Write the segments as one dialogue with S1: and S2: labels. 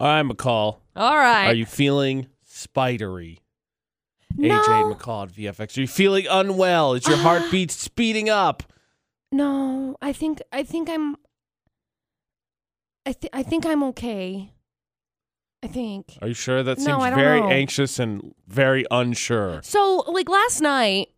S1: All right, McCall.
S2: All right.
S1: Are you feeling spidery?
S2: no, Ah.
S1: AJ McCall at VFX. Are you feeling unwell? Is your heartbeat speeding up?
S2: no. I think I think I'm. I th- I think I'm okay. I think.
S1: Are you sure? That
S2: No,
S1: seems
S2: I don't
S1: very
S2: know.
S1: anxious and very unsure.
S2: So, like last night,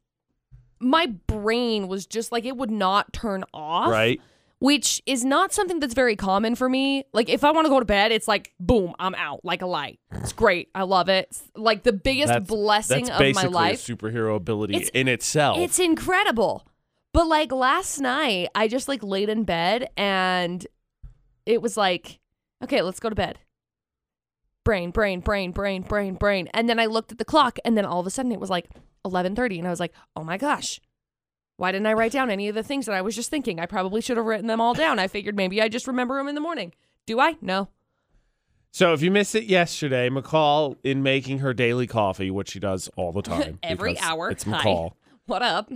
S2: my brain was just like it would not turn off.
S1: Right?
S2: Which is not something that's very common for me. Like if I want to go to bed, it's like boom, I'm out like a light. It's great. I love it. It's like the biggest blessing
S1: that's
S2: of my
S1: basically
S2: life.
S1: A superhero ability
S2: It's-
S1: in itself.
S2: It's incredible. But like last night, I just like laid in bed and it was like, okay, let's go to bed. Brain, brain, brain, brain, brain, brain. And then I looked at the clock and then all of a sudden it was like 11:30 and I was like, "Oh my gosh. Why didn't I write down any of the things that I was just thinking? I probably should have written them all down. I figured maybe I just remember them in the morning. Do I? No.
S1: So if you missed it yesterday, McCall in making her daily coffee, which she does all the time,
S2: Every
S1: because
S2: hour.
S1: It's
S2: Hi.
S1: McCall.
S2: What up?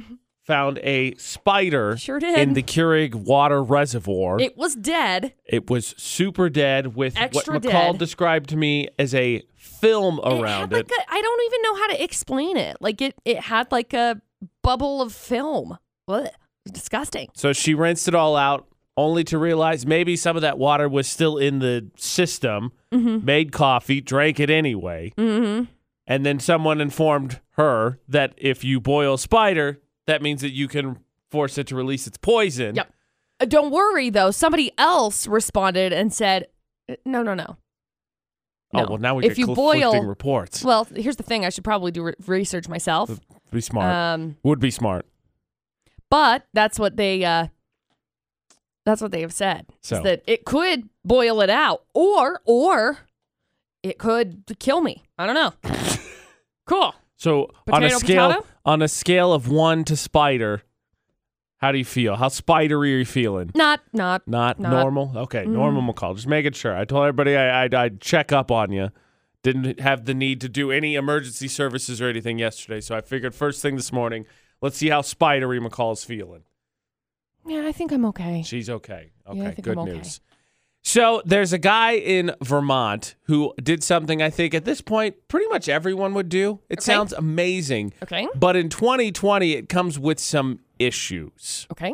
S1: Found a spider
S2: Sure did.
S1: in the Keurig water reservoir. It,
S2: It was dead.
S1: was super dead with
S2: Extra
S1: what McCall
S2: dead.
S1: described to me as a film around
S2: it. Had
S1: it.
S2: like a- I don't even know how to explain it. Like it, it had like a bubble of film. What? Disgusting.
S1: so she rinsed it all out, only to realize maybe some of that water was still in the system. Made coffee, drank it anyway.
S2: Mm-hmm.
S1: And then someone informed her that if you boil spider, that means that you can force it to release its poison.
S2: Yep. Uh, Don't worry though. Somebody else responded and said, "Uh, "No, no, no."
S1: Oh
S2: No.
S1: well, now we
S2: if
S1: get
S2: you
S1: conflicting
S2: boil.
S1: reports.
S2: well, here's the thing. I should probably do re- research myself.
S1: Be smart.
S2: Um,
S1: Would be smart.
S2: but that's what they. Uh, that's what they have said. is
S1: So.
S2: that it could boil it out, or or it could kill me. I don't know. cool.
S1: So on a
S2: Potato,
S1: scale
S2: potato?
S1: on a scale of one to spider, how do you feel? How spidery are you feeling?
S2: Not not
S1: Not,
S2: Not- Mm-hmm.
S1: normal. Okay, normal McCall. Just making sure. I told everybody I, I I'd check up on you. Didn't have the need to do any emergency services or anything yesterday, so I figured first thing this morning, let's see how spidery McCall's feeling.
S2: Yeah, I think I'm okay.
S1: She's okay. Okay,
S2: Yeah, I think
S1: good
S2: I'm okay.
S1: news. So there's a guy in Vermont who did something I think at this point pretty much everyone would do. It
S2: Okay.
S1: sounds amazing,
S2: Okay.
S1: but in 2020 it comes with some issues.
S2: Okay.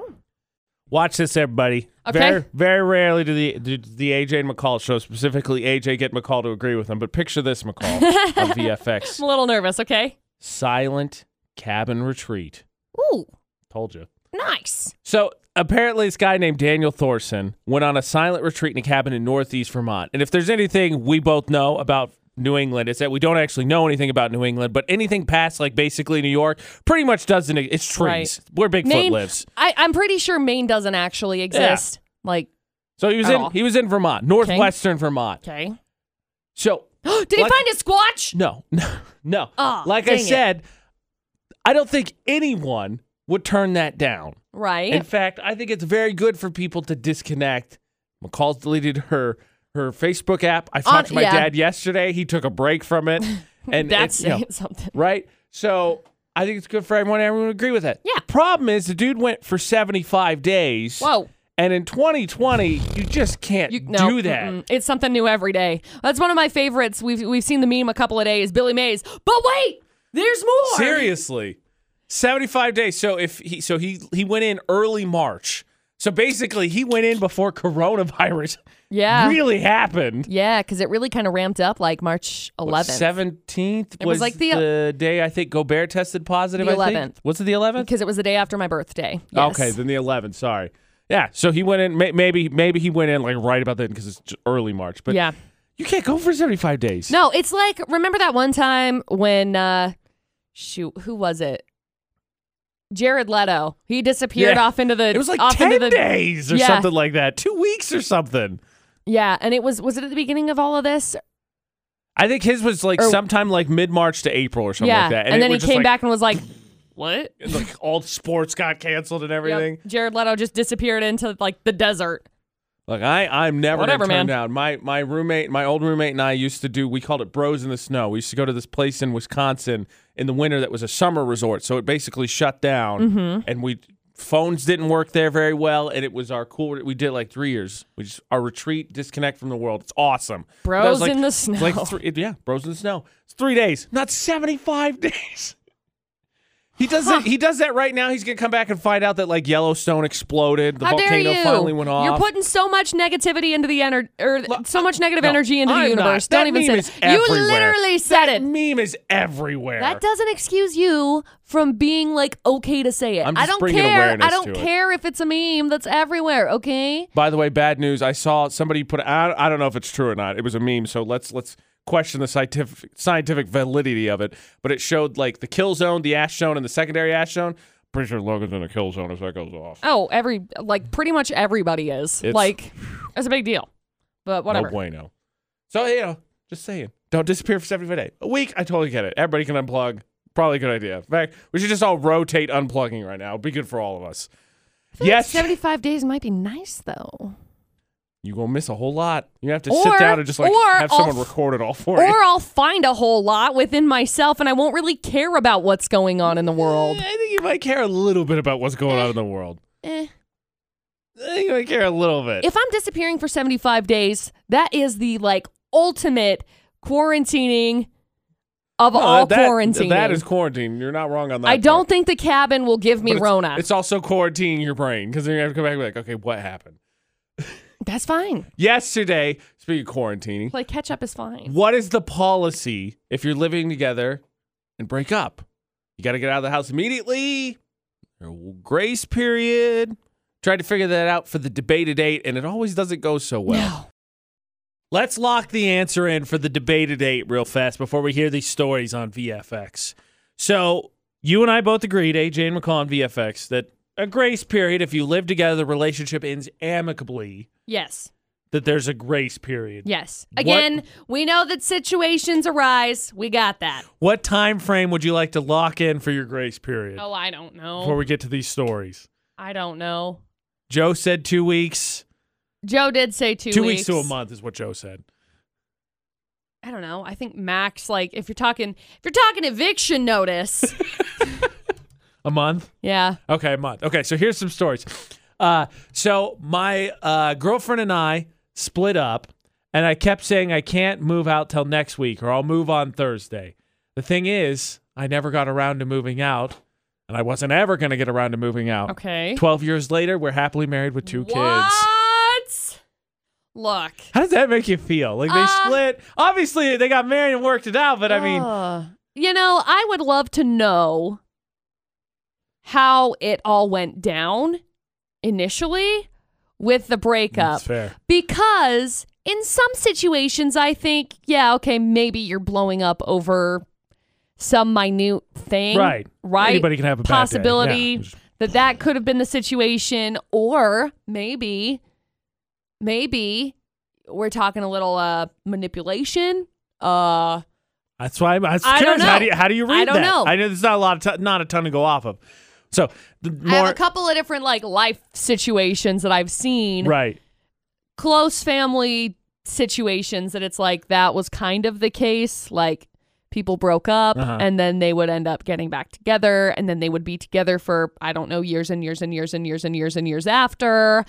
S1: Watch this, everybody.
S2: Okay.
S1: Very, very rarely do the do the AJ and McCall show, specifically AJ, get McCall to agree with them. But picture this, McCall on VFX:
S2: I'm a little nervous, okay?
S1: silent cabin retreat.
S2: Ooh,
S1: Told you.
S2: nice.
S1: So apparently, this guy named Daniel Thorson went on a silent retreat in a cabin in Northeast Vermont. And if there's anything we both know about New England, it's that we don't actually know anything about New England, but anything past like basically New York pretty much doesn't. e, It's trees
S2: Right.
S1: where Bigfoot
S2: Maine
S1: lives.
S2: I, I'm pretty sure Maine doesn't actually exist. Like,
S1: So he was
S2: At
S1: in
S2: all.
S1: he was in Vermont, northwestern Vermont.
S2: okay.
S1: So
S2: Did he
S1: Like-
S2: find a squatch?
S1: no, no, no.
S2: Aw,
S1: like I
S2: dang it.
S1: said, I don't think anyone would turn that down.
S2: Right.
S1: In fact, I think it's very good for people to disconnect. McCall's deleted her her Facebook app. I talked to my
S2: yeah.
S1: dad yesterday. He took a break from it, and
S2: That's
S1: it's, you know,
S2: saying something.
S1: right. So I think it's good for everyone. Everyone would agree with that.
S2: Yeah.
S1: The problem is the dude went for seventy five days.
S2: Whoa.
S1: And in 2020, you just can't
S2: You, no,
S1: do that.
S2: mm-mm. It's something new every day. That's one of my favorites. We've we've seen the meme a couple of days. Billy Mays. But wait, there's more.
S1: Seriously. 75 days. So if he so he he went in early March. So basically he went in before coronavirus
S2: Yeah.
S1: really happened.
S2: Yeah, because it really kind of ramped up like March 11th.
S1: Seventeenth
S2: was
S1: was,
S2: like the- uh,
S1: the, day I think Gobert tested positive.
S2: The
S1: I think.
S2: 11th.
S1: Was it the eleventh?
S2: Because it was the day after my birthday. Yes.
S1: Okay, then the eleventh. Sorry. Yeah. So he went in. May, maybe maybe he went in like right about then because it's j- early March. But
S2: yeah.
S1: you can't go for seventy five days.
S2: No, it's like remember that one time when uh shoot, who was it? Jared Leto. He disappeared
S1: Yeah.
S2: off into the
S1: It was like
S2: off
S1: ten
S2: into the
S1: days or
S2: Yeah.
S1: something like that. Two weeks or something.
S2: Yeah, and it was was it at the beginning of all of this?
S1: I think his was like
S2: Or-
S1: sometime like mid March to April or something
S2: yeah.
S1: like that.
S2: And,
S1: it
S2: then he
S1: was just
S2: came
S1: like-
S2: back and was like, "What?"
S1: Like all sports got canceled and everything.
S2: Yep. Jared Leto just disappeared into like the desert.
S1: Look, I I'm never
S2: Whatever,
S1: gonna turn
S2: man.
S1: down. My my roommate, my old roommate, and I used to do. We called it Bros in the Snow. We used to go to this place
S2: Mm-hmm.
S1: in Wisconsin in the winter that was a summer resort. So it basically shut down, and we Phones didn't work there very well, and it was our cool. We did like three years. We just our retreat, disconnect from the world. It's awesome. But that
S2: Bros
S1: was like-
S2: in the
S1: it's
S2: snow.
S1: Like three, it- yeah, bros in the snow. It's three days, not seventy-five days. He does it. He does that right now. He's gonna come back and find out that like Yellowstone exploded. The
S2: How
S1: volcano
S2: dare you?
S1: finally went off.
S2: You're putting so much negativity into the energy, or
S1: Look,
S2: so much negative
S1: uh, no,
S2: energy into
S1: I'm
S2: the
S1: not.
S2: universe.
S1: That
S2: Don't even
S1: meme
S2: say
S1: is
S2: that. You
S1: everywhere.
S2: literally said
S1: that
S2: it.
S1: meme is everywhere.
S2: That doesn't excuse you from being like okay to say it.
S1: I'm
S2: I
S1: just
S2: don't
S1: bringing
S2: care.
S1: awareness
S2: I don't
S1: to it.
S2: care if it's a meme that's everywhere. Okay.
S1: By the way, bad news. I saw somebody put. I, I don't know if it's true or not. It was a meme, so let's let's question the scientific scientific validity of it. But it showed like the kill zone, the ash zone, and the secondary ash zone. Pretty sure Logan's in the kill zone as that goes off.
S2: Oh, every like pretty much everybody is
S1: It's-
S2: like, it's a big deal. But whatever.
S1: No bueno. So you know, just saying, don't disappear for seventy-five days. A week, I totally get it. Everybody can unplug. Probably a good idea. In fact, we should just all rotate unplugging right now. It'd be good for all of us. Yes,
S2: Seventy-five days might be nice though.
S1: you gonna miss a whole lot. You have to
S2: Or-
S1: sit down and just like
S2: or
S1: have someone
S2: I'll-
S1: record it all for
S2: Or
S1: you.
S2: I'll find a whole lot within myself, and I won't really care about what's going on in the world.
S1: I think you might care a little bit about what's going on in the world.
S2: Eh.
S1: I think you might care a little bit.
S2: if I'm disappearing for 75 days, that is the like ultimate quarantining of
S1: No,
S2: all
S1: that-
S2: quarantining.
S1: That is quarantine. You're not wrong on that.
S2: I
S1: part.
S2: don't think the cabin will give me
S1: But it's-
S2: Rona.
S1: It's also quarantining your brain because then you have to come back and be like, okay, what happened?
S2: That's fine.
S1: Yesterday, speaking of quarantining,
S2: Like catch up is fine.
S1: what is the policy if you're living together and break up? You got to get out of the house immediately. Or grace period. Tried to figure that out for the debated eight, and it always doesn't go so well.
S2: no.
S1: Let's lock the answer in for the debated eight real fast before we hear these stories on VFX. So you and I both agreed, AJ and McCall on VFX, that a grace period, if you live together, the relationship ends amicably,
S2: Yes.
S1: that there's a grace period.
S2: Yes.
S1: What-
S2: Again, we know that situations arise. We got that.
S1: What time frame would you like to lock in for your grace period
S2: Oh, I don't know.
S1: before we get to these stories?
S2: I don't know.
S1: Joe said two weeks.
S2: Joe did say two,
S1: Two weeks to a month is what Joe said.
S2: I don't know. I think Max, like, if you're talking, if you're talking eviction notice,
S1: A month?
S2: yeah,
S1: Okay, a month. Okay, so here's some stories. Uh, so my uh, girlfriend and I split up, and I kept saying I can't move out till next week, or I'll move on Thursday. The thing is, I never got around to moving out, and I wasn't ever going to get around to moving out.
S2: okay.
S1: Twelve years later, we're happily married with two kids.
S2: What? Look.
S1: How does that make you feel? Like they
S2: Uh, Oh,
S1: split. Obviously, they got married and worked it out, but I mean,
S2: Ugh. Ah. you know, I would love to know how it all went down initially with the breakup.
S1: that's fair.
S2: Because in some situations, I think, yeah, okay, maybe you're blowing up over some minute thing.
S1: Right.
S2: Right.
S1: Anybody can have a bad day. Yeah.
S2: possibility that that could have been the situation, or maybe, maybe we're talking a little uh manipulation. Uh,
S1: That's why I'm, I was
S2: I don't
S1: curious. How do you
S2: know.
S1: how do you
S2: I
S1: read
S2: don't
S1: that?
S2: know.
S1: I know there's not a lot of t- not a ton to go off of. So the
S2: I have
S1: more
S2: a couple of different like life situations that I've seen,
S1: right,
S2: close family situations that it's like that was kind of the case, like. People broke up
S1: Uh-huh.
S2: and then they would end up getting back together and then they would be together for, I don't know, years and years and years and years and years and years after.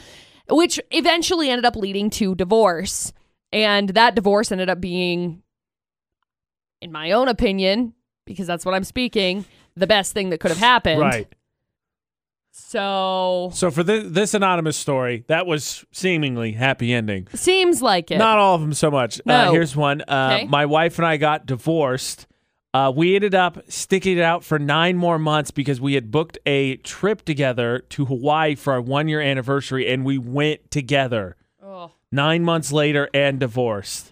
S2: which eventually ended up leading to divorce. And that divorce ended up being, in my own opinion, because that's what I'm speaking, the best thing that could have happened.
S1: right.
S2: So
S1: So for thi- this anonymous story, that was seemingly happy ending.
S2: seems like it.
S1: Not all of them so much. Uh,
S2: No.
S1: here's one. Uh,
S2: Okay.
S1: My wife and I got divorced. Uh, we ended up sticking it out for nine more months because we had booked a trip together to Hawaii for our one year anniversary, and we went together.
S2: Ugh.
S1: nine months later and divorced.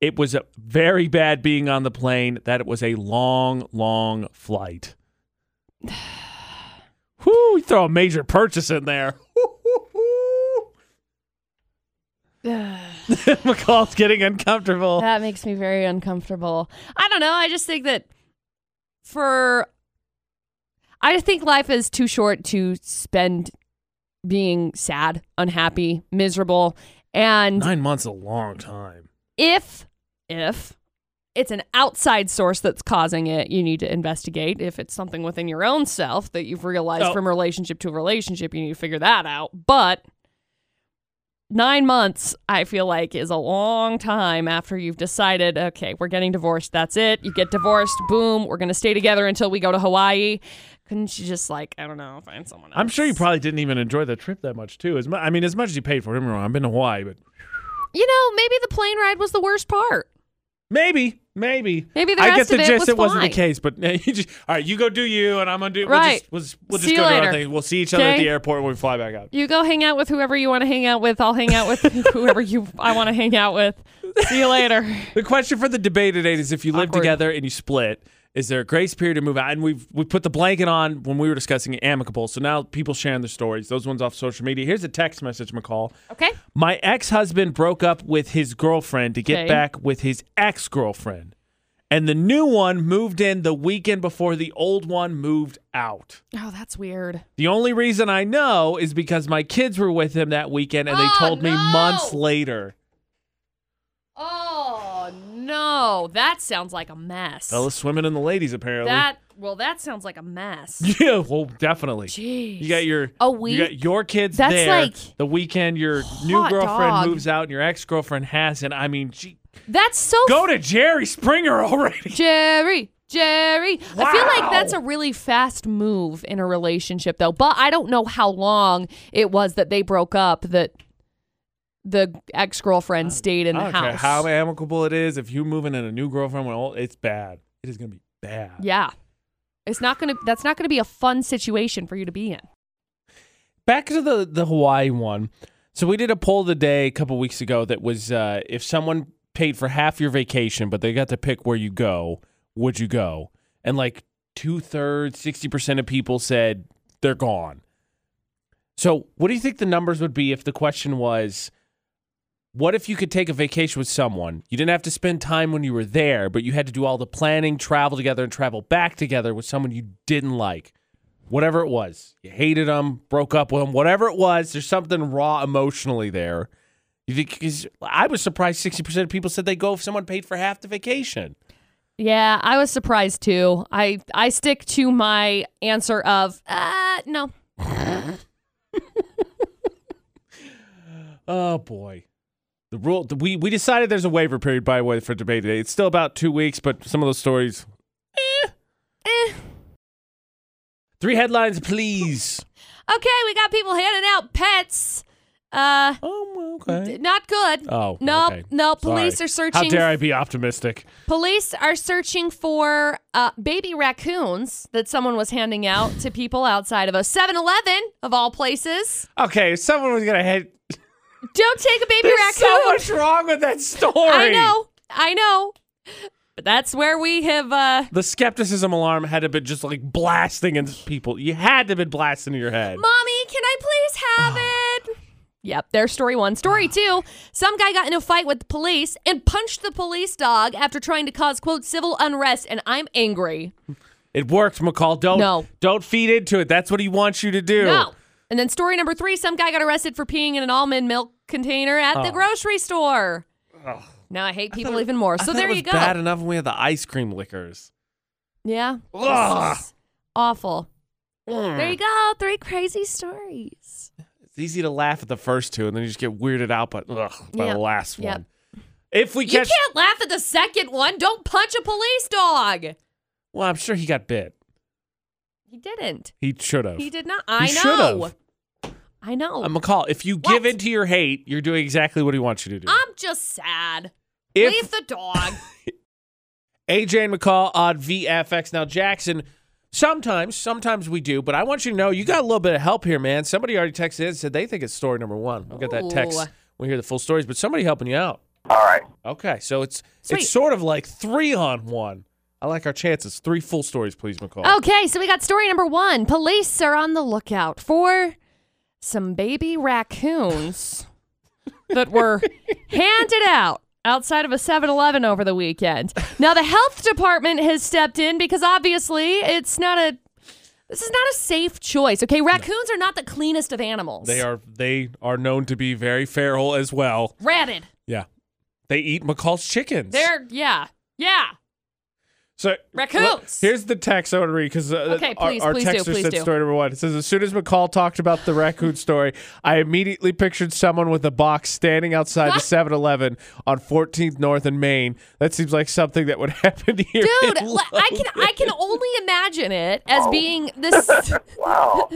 S1: It was a very bad being on the plane, that it was a long, long flight. Whoo, you throw a major purchase in there. McCall's getting uncomfortable.
S2: that makes me very uncomfortable. I don't know. I just think that for. I just think life is too short to spend being sad, unhappy, miserable, and
S1: Nine months is a long time.
S2: if if it's an outside source that's causing it. You need to investigate. If it's something within your own self that you've realized
S1: Oh.
S2: from relationship to relationship, you need to figure that out. But nine months, I feel like, is a long time after you've decided, okay, we're getting divorced. That's it. You get divorced. Boom. We're going to stay together until we go to Hawaii. Couldn't you just, like, I don't know, find someone else?
S1: I'm sure you probably didn't even enjoy the trip that much too. As mu- I mean, as much as you paid for it, don't get me wrong. I've been to Hawaii, but
S2: You know, maybe the plane ride was the worst part.
S1: maybe, maybe,
S2: Maybe the
S1: I get
S2: rest
S1: the
S2: of it
S1: gist.
S2: was
S1: it wasn't the
S2: fine.
S1: case, but you just all right. You go do you, and I'm gonna do.
S2: Right.
S1: We'll just, we'll, we'll just
S2: See
S1: go
S2: you
S1: do our
S2: later.
S1: thing. We'll see each other at
S2: Okay?
S1: the airport when we fly back out.
S2: You go hang out with whoever you want to hang out with. I'll hang out with whoever you I want to hang out with. See you later.
S1: The question for the debate today is: If you live
S2: Awkward.
S1: together and you split, is there a grace period to move out? And we've we put the blanket on when we were discussing amicable. So now people sharing their stories. Those ones off social media. Here's a text message, McCall.
S2: Okay.
S1: My ex husband broke up with his girlfriend to get
S2: Okay.
S1: back with his ex girlfriend. And the new one moved in the weekend before the old one moved out.
S2: Oh, that's weird.
S1: The only reason I know is because my kids were with him that weekend and they
S2: Oh,
S1: told me
S2: no.
S1: months later.
S2: Oh no, that sounds like a mess.
S1: Ella's swimming in the ladies, apparently.
S2: That well, that sounds like a mess.
S1: yeah, well, definitely.
S2: Jeez.
S1: You got your
S2: A
S1: You got
S2: week?
S1: your kids
S2: That's
S1: there.
S2: like
S1: the weekend your new
S2: hot
S1: girlfriend
S2: dog.
S1: moves out and your ex girlfriend hasn't. I mean, gee,
S2: That's so
S1: go to Jerry Springer already.
S2: Jerry. Jerry. I feel
S1: Wow.
S2: like that's a really fast move in a relationship though. But I don't know how long it was that they broke up that the ex-girlfriend stayed in the
S1: Uh, I don't
S2: house.
S1: care how amicable it is. If you moving in a new girlfriend, well, it's bad. It is gonna be bad.
S2: Yeah. It's not going to that's not going to be a fun situation for you to be in.
S1: Back to the the Hawaii one. So we did a poll today a couple weeks ago that was uh, if someone paid for half your vacation, but they got to pick where you go, would you go? And like two thirds, sixty percent of people said they're gone. So what do you think the numbers would be if the question was? What if you could take a vacation with someone? You didn't have to spend time when you were there, but you had to do all the planning, travel together, and travel back together with someone you didn't like. Whatever it was, you hated them, broke up with them, whatever it was, there's something raw emotionally there. You think? Cause I was surprised 60% of people said they go if someone paid for half the vacation.
S2: Yeah, I was surprised too. I I stick to my answer of uh no.
S1: Oh boy. The rule the- we we decided there's a waiver period by the way for debate today. It's still about 2 weeks, but some of those stories
S2: Eh.
S1: Three headlines, please.
S2: Okay, we got people handing out pets. Uh
S1: Oh, okay.
S2: not good.
S1: Oh,
S2: no,
S1: okay.
S2: no, police
S1: Sorry.
S2: are searching
S1: How dare I be optimistic?
S2: Police are searching for uh, baby raccoons that someone was handing out to people outside of a 7-Eleven of all places.
S1: Okay, if someone was gonna hate.
S2: Don't take a baby
S1: There's
S2: raccoon.
S1: so much wrong with that story.
S2: I know. I know. But that's where we have uh
S1: The skepticism alarm had to be just like blasting in people. You had to have been blasting in your head.
S2: Mommy, can I please have it? Yep, there's story one. Story two some guy got in a fight with the police and punched the police dog after trying to cause, quote, civil unrest, and I'm angry.
S1: It worked, McCall. Don't
S2: No.
S1: don't feed into it. That's what he wants you to do.
S2: No. And then story number three some guy got arrested for peeing in an almond milk container at the grocery store. Now I hate people even more.
S1: Oh. I
S2: So
S1: thought it
S2: there
S1: was
S2: you go.
S1: Bad enough when we had the ice cream liquors.
S2: Yeah. This
S1: Ugh.
S2: is Awful.
S1: Mm.
S2: There you go. Three crazy stories.
S1: It's easy to laugh at the first two, and then you just get weirded out by, ugh, by
S2: Yeah.
S1: the last
S2: Yep.
S1: one. If we
S2: You
S1: catch,
S2: can't laugh at the second one. Don't punch a police dog.
S1: well, I'm sure he got bit.
S2: He didn't.
S1: He should have.
S2: He did not. I
S1: should've.
S2: know. I know.
S1: Uh,
S2: I'm,
S1: McCall, if you give
S2: What?
S1: in to your hate, you're doing exactly what he wants you to do.
S2: just sad.
S1: if
S2: Leave the dog.
S1: AJ and McCall on VFX. Now, Jackson, sometimes, sometimes we do, but I want you to know you got a little bit of help here, man. Somebody already texted in and said they think it's story number one. We'll get that
S2: Ooh.
S1: text. We'll hear the full stories, but somebody helping you out.
S3: All right.
S1: Okay, so it's
S2: Sweet.
S1: it's sort of like three on one. I like our chances. Three full stories, please, McCall.
S2: okay, so we got story number one. Police are on the lookout for some baby raccoons that were handed out outside of a 7-Eleven over the weekend. Now the health department has stepped in because obviously it's not a this is not a safe choice. Okay, raccoons are not the cleanest of animals.
S1: They are they are known to be very feral as well.
S2: ratted.
S1: Yeah, they eat McCall's chickens.
S2: They're yeah. Yeah.
S1: So
S2: Raccoons.
S1: look, here's the text I want to read because uh,
S2: Okay,
S1: our,
S2: please,
S1: our
S2: please do,
S1: texter
S2: please
S1: said
S2: do.
S1: story number one. It says as soon as McCall talked about the raccoon story, I immediately pictured someone with a box standing outside the 7-Eleven on 14th North and Main. That seems like something that would happen here.
S2: Dude,
S1: in
S2: li- I can I can only imagine it as being this
S3: Wow.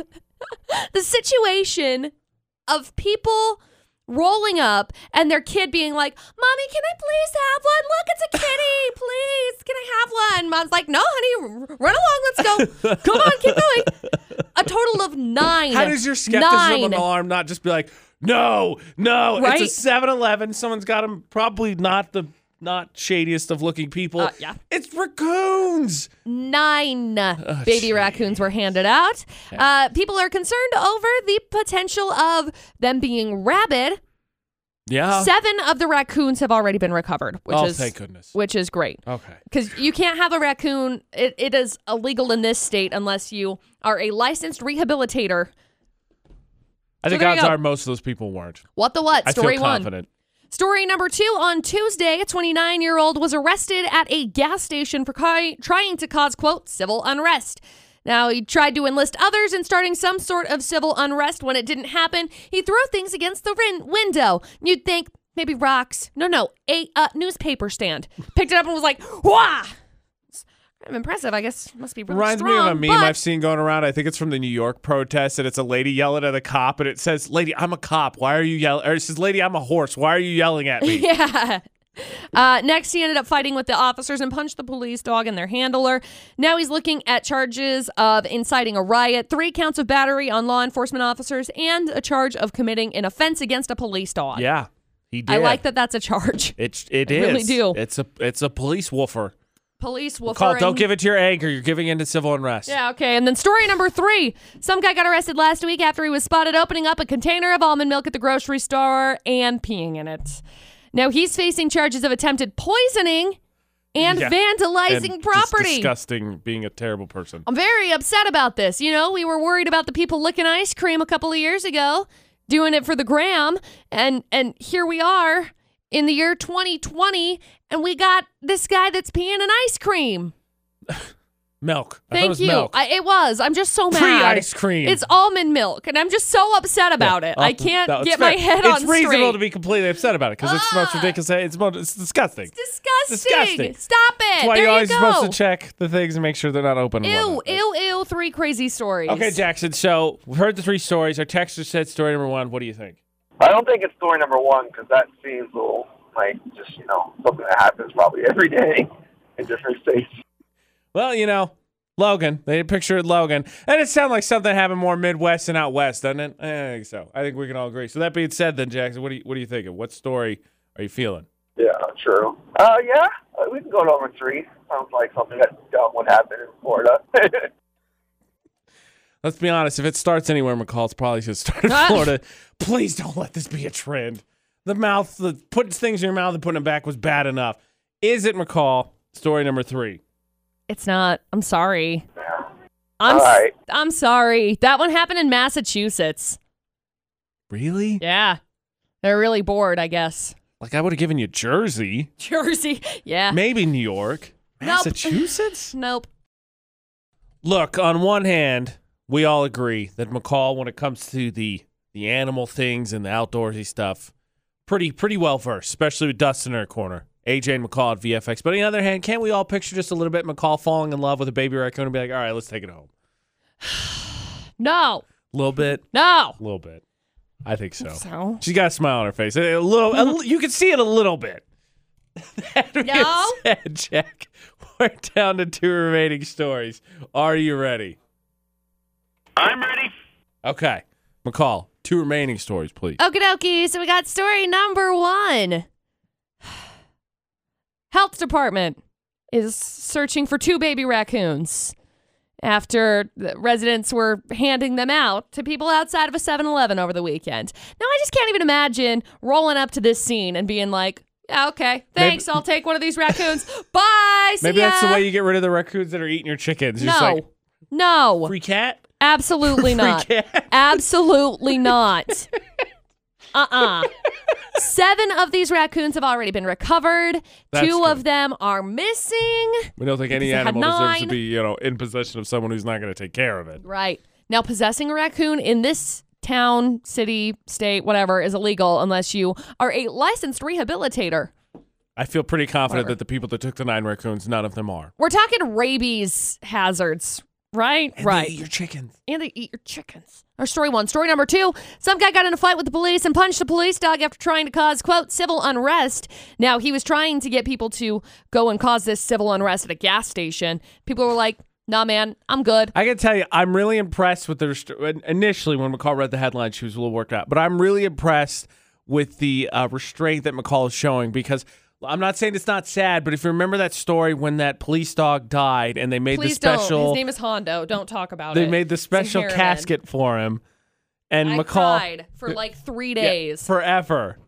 S2: the situation of people rolling up and their kid being like, "Mommy, can I please have one? Look, it's a kitty. Please, can I have one?" Mom's like, "No, honey, r- run along. Let's go. Come on, keep going." A total of nine.
S1: How does your skepticism
S2: nine.
S1: and alarm not just be like, no, no,
S2: Right?
S1: it's a 7-Eleven. Someone's got them. Probably not the not shadiest of looking people.
S2: Uh, yeah.
S1: It's raccoons.
S2: nine
S1: Oh,
S2: baby raccoons were handed out. Uh, people are concerned over the potential of them being rabid.
S1: Yeah.
S2: Seven of the raccoons have already been recovered, which
S1: Uh, oh,
S2: is
S1: thank goodness. Uh,
S2: which is great
S1: Okay.
S2: because you can't have a raccoon. It, it is illegal in this state unless you are a licensed rehabilitator.
S1: I think
S2: there you
S1: odds
S2: go.
S1: are most of those people weren't.
S2: What the what? Story
S1: I feel
S2: one.
S1: confident.
S2: Story number two on Tuesday, a 29 year old was arrested at a gas station for ca- trying to cause, quote, civil unrest. Now, he tried to enlist others in starting some sort of civil unrest. When it didn't happen, he threw things against the rin- window. You'd think maybe rocks. No, no, a uh, newspaper stand. Picked it up and was like, wah! It's kind of impressive, I guess. Must be really
S1: Reminds
S2: strong.
S1: me of a meme
S2: but-
S1: I've seen going around. I think it's from the New York protest, and it's a lady yelling at a cop, and it says, "Lady, I'm a cop. Why are you yelling?" Or it says, "Lady, I'm a horse. Why are you yelling at me?"
S2: Yeah. Uh, next, he ended up fighting with the officers and punched the police dog and their handler. Now he's looking at charges of inciting a riot, three counts of battery on law enforcement officers, and a charge of committing an offense against a police dog.
S1: yeah, he did.
S2: I like that that's a charge.
S1: It's it
S2: I really
S1: is.
S2: do.
S1: It's a it's a police woofer.
S2: Police will
S1: Call. Don't give it to your anger. You're giving in to civil unrest.
S2: Yeah, okay. And then story number three. Some guy got arrested last week after he was spotted opening up a container of almond milk at the grocery store and peeing in it. Now he's facing charges of attempted poisoning and
S1: Yeah. And
S2: vandalizing
S1: just
S2: property. Oh.
S1: disgusting. Being a terrible person.
S2: I'm very upset about this. You know, we were worried about the people licking ice cream a couple of years ago, doing it for the gram, and and here we are in the year 2020, and we got this guy that's peeing an ice cream.
S1: Milk. I thought it
S2: Thank
S1: was
S2: you.
S1: Milk.
S2: I, it was. I'm just so mad.
S1: Pre-ice cream.
S2: It's almond milk, and I'm just so upset about it. I
S1: Oh,
S2: can't
S1: no, it's
S2: get
S1: fair.
S2: my head
S1: it's
S2: on straight.
S1: reasonable to be completely upset about it because it's the most
S2: Ah.
S1: ridiculous. It's, most, it's disgusting.
S2: disgusting.
S1: disgusting.
S2: Stop it.
S1: That's why
S2: there
S1: you're always
S2: you go.
S1: supposed to check the things and make sure they're not open. and
S2: ew,
S1: whatnot.
S2: ew, ew. Three crazy stories.
S1: Okay, Jackson. So we've heard the three stories. Our texter said story number one. What do you think?
S3: I don't think it's story number one because that seems a little like just you know something that happens probably every day in different states.
S1: Well, you know, Logan. They pictured Logan, and it sounded like something happened more Midwest and out west, doesn't it? I think so. I think we can all agree. So that being said, then Jackson, what do you what are you thinking? What story are you feeling?
S3: Yeah, true. Uh, yeah, uh, we can go to number three. Sounds like something that dumb would happen in Florida.
S1: Let's be honest. If it starts anywhere, McCall, it's probably should start in
S2: Ah.
S1: Florida. Please don't let this be a trend. The mouth, the putting things in your mouth and putting them back was bad enough. Is it McCall? Story number three.
S2: It's not. I'm sorry. I'm s-
S3: All right.
S2: I'm sorry. That one happened in Massachusetts.
S1: Really?
S2: Yeah. They're really bored, I guess.
S1: Like I would have given you Jersey,
S2: Jersey. Yeah.
S1: maybe New York,
S2: Nope.
S1: Massachusetts.
S2: nope.
S1: Look, on one hand, we all agree that McCall, when it comes to the the animal things and the outdoorsy stuff, pretty pretty well versed, especially with Dust in her corner. AJ and McCall at VFX. But on the other hand, can't we all picture just a little bit McCall falling in love with a baby raccoon and be like, all right, let's take it home.
S2: No.
S1: A little bit,
S2: No.
S1: a little bit. I think so.
S2: So.
S1: She's got a smile on her face. A little, a li- you can see it a little bit. that being
S2: No.
S1: said, Jack, we're down to two remaining stories. Are you ready?
S3: I'm ready.
S1: Okay, McCall, two remaining stories, please.
S2: Okie dokie. So we got story number one. Health department is searching for two baby raccoons after the residents were handing them out to people outside of a 7 Eleven over the weekend. Now, I just can't even imagine rolling up to this scene and being like, yeah, okay, thanks. I'll take one of these raccoons. Bye. See
S1: Maybe that's the
S2: ya."
S1: way you get rid of the raccoons that are eating your chickens. You're
S2: No.
S1: Just like,
S2: no.
S1: free cat, free
S2: Absolutely not.
S1: cat.
S2: Absolutely not. Uh uh Seven of these raccoons have already been recovered.
S1: That's
S2: Two
S1: good.
S2: of them are missing.
S1: We don't think
S2: Because
S1: any
S2: it had
S1: animal deserves to
S2: nine.
S1: be, you know, in possession of someone who's not going to take care of it.
S2: Right. Now, possessing a raccoon in this town, city, state, whatever, is illegal unless you are a licensed rehabilitator.
S1: I feel pretty confident
S2: Whatever.
S1: that the people that took the nine raccoons, none of them are.
S2: We're talking rabies hazards, right? right.
S1: your chickens.
S2: and they eat your chickens. Our story one. Story number two some guy got in a fight with the police and punched a police dog after trying to cause, quote, civil unrest. Now, he was trying to get people to go and cause this civil unrest at a gas station. People were like, nah, man, I'm good.
S1: I can tell you, I'm really impressed with the. Rest- initially, when McCall read the headline, she was a little worked out, but I'm really impressed with the uh, restraint that McCall is showing because I'm not saying it's not sad, but if you remember that story when that police dog died and they made
S2: Please
S1: the
S2: don't.
S1: special,
S2: His name is Hondo. Don't talk about it.
S1: they made the
S2: It's a
S1: special
S2: heroin.
S1: casket for him, and
S2: I
S1: McCall
S2: cried for like three
S1: Yeah,
S2: days.
S1: forever.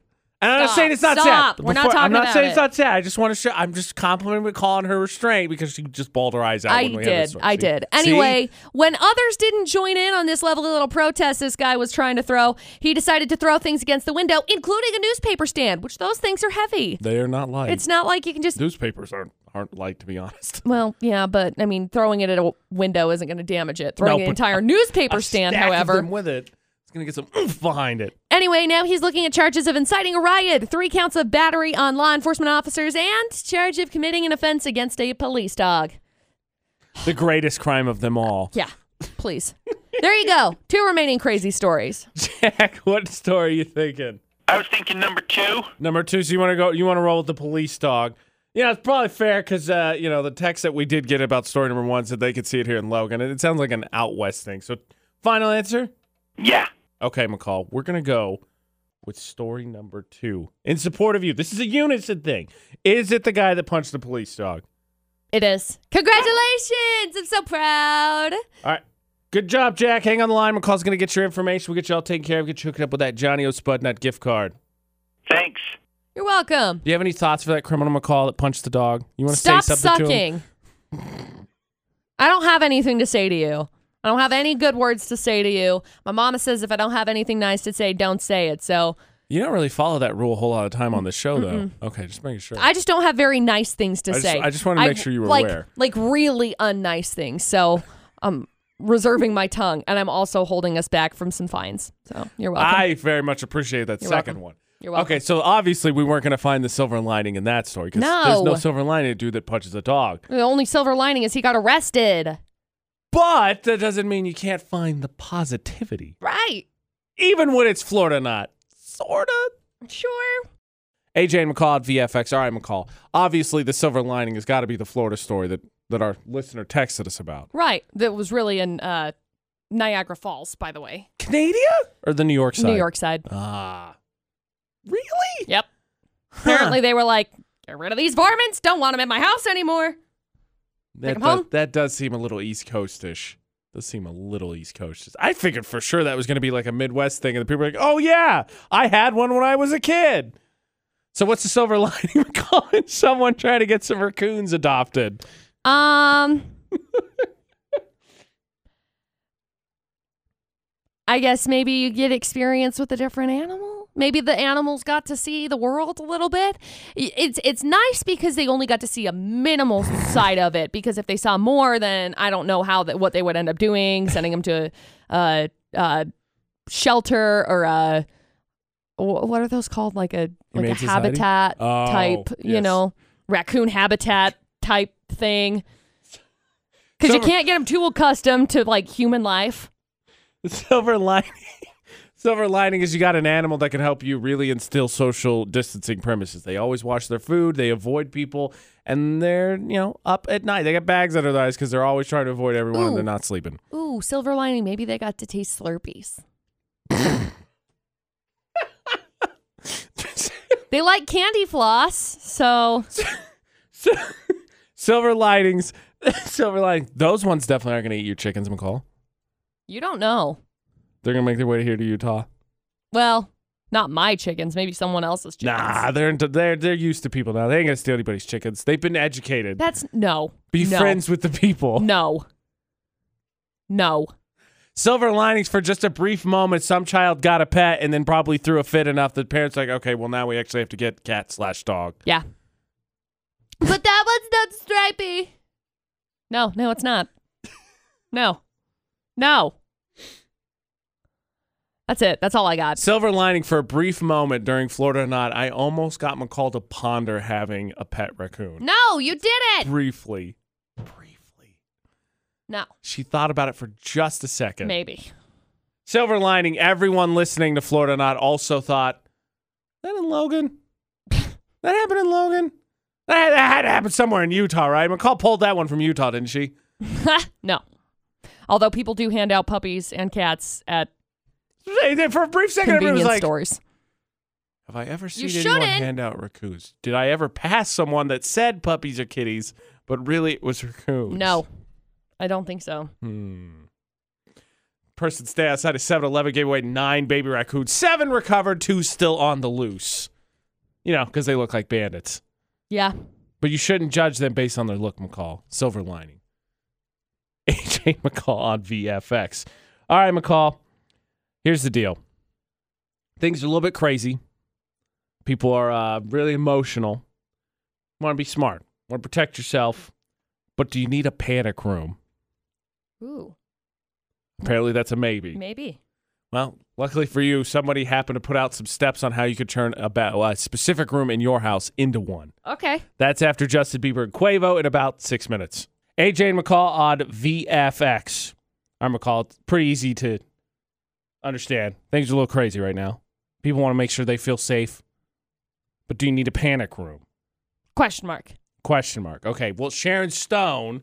S1: And I'm not
S2: Stop.
S1: saying it's not
S2: Stop.
S1: sad.
S2: We're not
S1: Before- I'm
S2: talking
S1: not
S2: about
S1: saying it's
S2: it.
S1: not sad. I just want to show. I'm just complimenting McCall on her restraint because she just bawled her eyes out.
S2: I
S1: when we Had this
S2: did.
S1: story.
S2: I
S1: See?
S2: did.
S1: See?
S2: Anyway, when others didn't join in on this lovely little protest this guy was trying to throw, he decided to throw things against the window, including a newspaper stand, which those things are heavy.
S1: they are not like
S2: It's not like you can just.
S1: newspapers aren't aren't like to be honest.
S2: Well, yeah, but I mean, throwing it at a window isn't going to damage it.
S1: No,
S2: Throwing an
S1: but
S2: entire newspaper stand, however.
S1: them with it, it's gonna get some oomph behind it.
S2: Anyway, now he's looking at charges of inciting a riot, three counts of battery on law enforcement officers, and charge of committing an offense against a police dog.
S1: The greatest crime of them all.
S2: Yeah, please. there you go. Two remaining crazy stories.
S1: Jack, what story are you thinking?
S4: I was thinking number two.
S1: Number two, so you want to go? You want to roll with the police dog? Yeah, it's probably fair because uh, you know the text that we did get about story number one said they could see it here in Logan, and it sounds like an out west thing. So, final answer?
S4: Yeah.
S1: Okay, McCall, we're gonna go with story number two in support of you. This is a unison thing. Is it the guy that punched the police dog?
S2: It is. Congratulations! I'm so proud.
S1: All right. Good job, Jack. Hang on the line. McCall's going to get your information. We'll get you all taken care of. Get you hooked up with that Johnny O. Spudnut gift card.
S4: Thanks.
S2: You're welcome.
S1: Do you have any thoughts for that criminal McCall that punched the dog? You want to say
S2: Stop
S1: something to him?
S2: sucking. I don't have anything to say to you. I don't have any good words to say to you. My mama says if I don't have anything nice to say, don't say it. So
S1: You don't really follow that rule a whole lot of time on this show, though. Okay, just making sure.
S2: I just don't have very nice things to
S1: I just-
S2: say.
S1: I just wanted to make sure you were
S2: like,
S1: aware.
S2: Like really unnice things. So I'm reserving my tongue, and I'm also holding us back from some fines. So you're welcome.
S1: I very much appreciate that
S2: You're
S1: second
S2: welcome.
S1: one.
S2: You're welcome.
S1: Okay, so obviously we weren't going to find the silver lining in that story because
S2: No.
S1: there's no silver lining to a dude that punches a dog.
S2: the only silver lining is he got arrested.
S1: But that doesn't mean you can't find the positivity,
S2: Right.
S1: even when it's Florida not. Sort of.
S2: Sure.
S1: AJ and McCall at VFX. All right, McCall. Obviously, the silver lining has got to be the Florida story that, that our listener texted us about.
S2: Right. That was really in uh, Niagara Falls, by the way.
S1: Canada? Or the New York side?
S2: New York side.
S1: Ah. Really?
S2: Yep. Apparently they were like, get rid of these varmints. Don't want them in my house anymore.
S1: That,
S2: 'em
S1: does,
S2: home?
S1: that does seem a little East Coastish. Does seem a little East Coastish. I figured for sure that was going to be like a Midwest thing, and the people were like, oh, yeah, I had one when I was a kid. So, what's the silver lining, McCall? It's Someone trying to get some raccoons adopted.
S2: Um. I guess maybe you get experience with a different animal. Maybe the animals got to see the world a little bit. I- It's it's nice because they only got to see a minimal side of it. Because if they saw more, then I don't know how that what they would end up doing, sending them to a uh, uh, shelter or a wh- what are those called? Like a like
S1: Humane
S2: a
S1: Society?
S2: habitat
S1: Oh,
S2: type, you
S1: yes.
S2: know, raccoon habitat type thing. Because you
S1: Silver-
S2: can't get them too accustomed to like human life.
S1: The silver lining. Silver lining is you got an animal that can help you really instill social distancing premises. They always wash their food, they avoid people, and they're, you know, up at night. They got bags under their eyes because they're always trying to avoid everyone and they're
S2: Ooh.
S1: not sleeping.
S2: Ooh, silver lining. Maybe they got to taste Slurpees. They like candy floss, so
S1: So- silver linings. Silver lining. Those ones definitely aren't going to eat your chickens, McCall.
S2: you don't know.
S1: They're going to make their way here to Utah.
S2: Well, not my chickens. Maybe someone else's chickens.
S1: Nah, they're into, they're they're used to people now. They ain't going to steal anybody's chickens. They've been educated.
S2: That's no.
S1: Be
S2: no,
S1: friends with the people.
S2: No. No.
S1: silver linings for just a brief moment. Some child got a pet and then probably threw a fit enough that parents like, okay, well now we actually have to get cat slash dog.
S2: Yeah. But that one's not stripy. No, no, it's not. No. No. That's it. That's all I got.
S1: Silver lining for a brief moment during Florida or not, I almost got McCall to ponder having a pet raccoon.
S2: No, you did it.
S1: Briefly, briefly,
S2: No.
S1: she thought about it for just a second.
S2: Maybe.
S1: Silver lining, everyone listening to Florida Not also thought, that in Logan? that happened in Logan? That, that had to happen somewhere in Utah, right? McCall pulled that one from Utah, didn't she?
S2: no. Although people do hand out puppies and cats at
S1: Hey, there For a brief second, everyone was
S2: convenience
S1: like,
S2: stores.
S1: have I ever seen
S2: shouldn't.
S1: anyone hand out raccoons? Did I ever pass someone that said puppies or kitties, but really it was raccoons?
S2: No. I don't think so.
S1: Hmm. Person stay outside of 7 Eleven gave away nine baby raccoons, seven recovered, two still on the loose. You know, because they look like bandits.
S2: Yeah.
S1: But you shouldn't judge them based on their look, McCall. Silver lining. AJ McCall on VFX. All right, McCall. Here's the deal. Things are a little bit crazy. People are uh, really emotional. Want to be smart. Want to protect yourself. But do you need a panic room?
S2: Ooh.
S1: Apparently, that's a maybe.
S2: Maybe.
S1: Well, luckily for you, somebody happened to put out some steps on how you could turn a, ba- a specific room in your house into one.
S2: Okay.
S1: That's after Justin Bieber and Quavo in about six minutes. AJ and McCall on VFX. All right, McCall, it's pretty easy to understand. Things are a little crazy right now. People want to make sure they feel safe. But do you need a panic room?
S2: Question mark.
S1: Question mark. Okay, well, Sharon Stone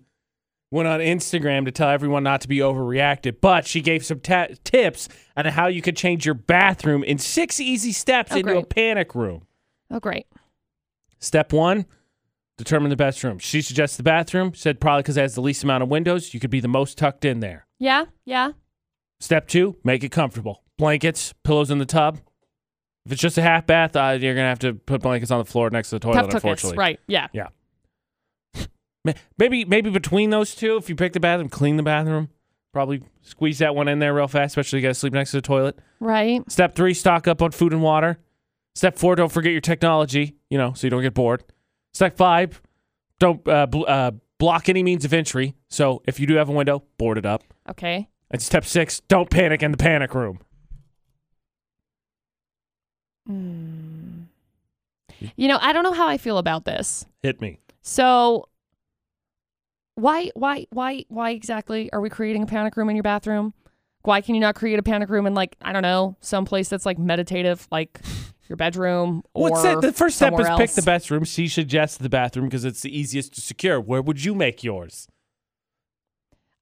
S1: went on Instagram to tell everyone not to be overreacted, but she gave some ta- tips on how you could change your bathroom in six easy steps
S2: Oh,
S1: into a
S2: great.
S1: panic room.
S2: Oh, great.
S1: Step one, determine the best room. She suggests the bathroom, said probably because it has the least amount of windows. You could be the most tucked in there.
S2: Yeah. Yeah.
S1: Step two, make it comfortable. Blankets, pillows in the tub. If it's just a half bath, uh, you're going to have to put blankets on the floor next to the toilet,
S2: Tough tickets.
S1: Oh, unfortunately.
S2: Right. Yeah.
S1: Ma- Maybe, maybe between those two, if you pick the bathroom, clean the bathroom. Probably squeeze that one in there real fast, especially if you got to sleep next to the toilet.
S2: Right.
S1: Step three, stock up on food and water. Step four, don't forget your technology, you know, so you don't get bored. Step five, don't uh, bl- uh, block any means of entry. So if you do have a window, board it up.
S2: Okay.
S1: And step six, don't panic in the panic room.
S2: Mm. You know, I don't know how I feel about this.
S1: Hit me.
S2: So why why why why exactly are we creating a panic room in your bathroom? Why can you not create a panic room in like I don't know some place that's like meditative, like your bedroom or
S1: What's that? The first step is
S2: somewhere
S1: pick the
S2: else?
S1: best room. She suggests the bathroom because it's the easiest to secure. Where would you make yours?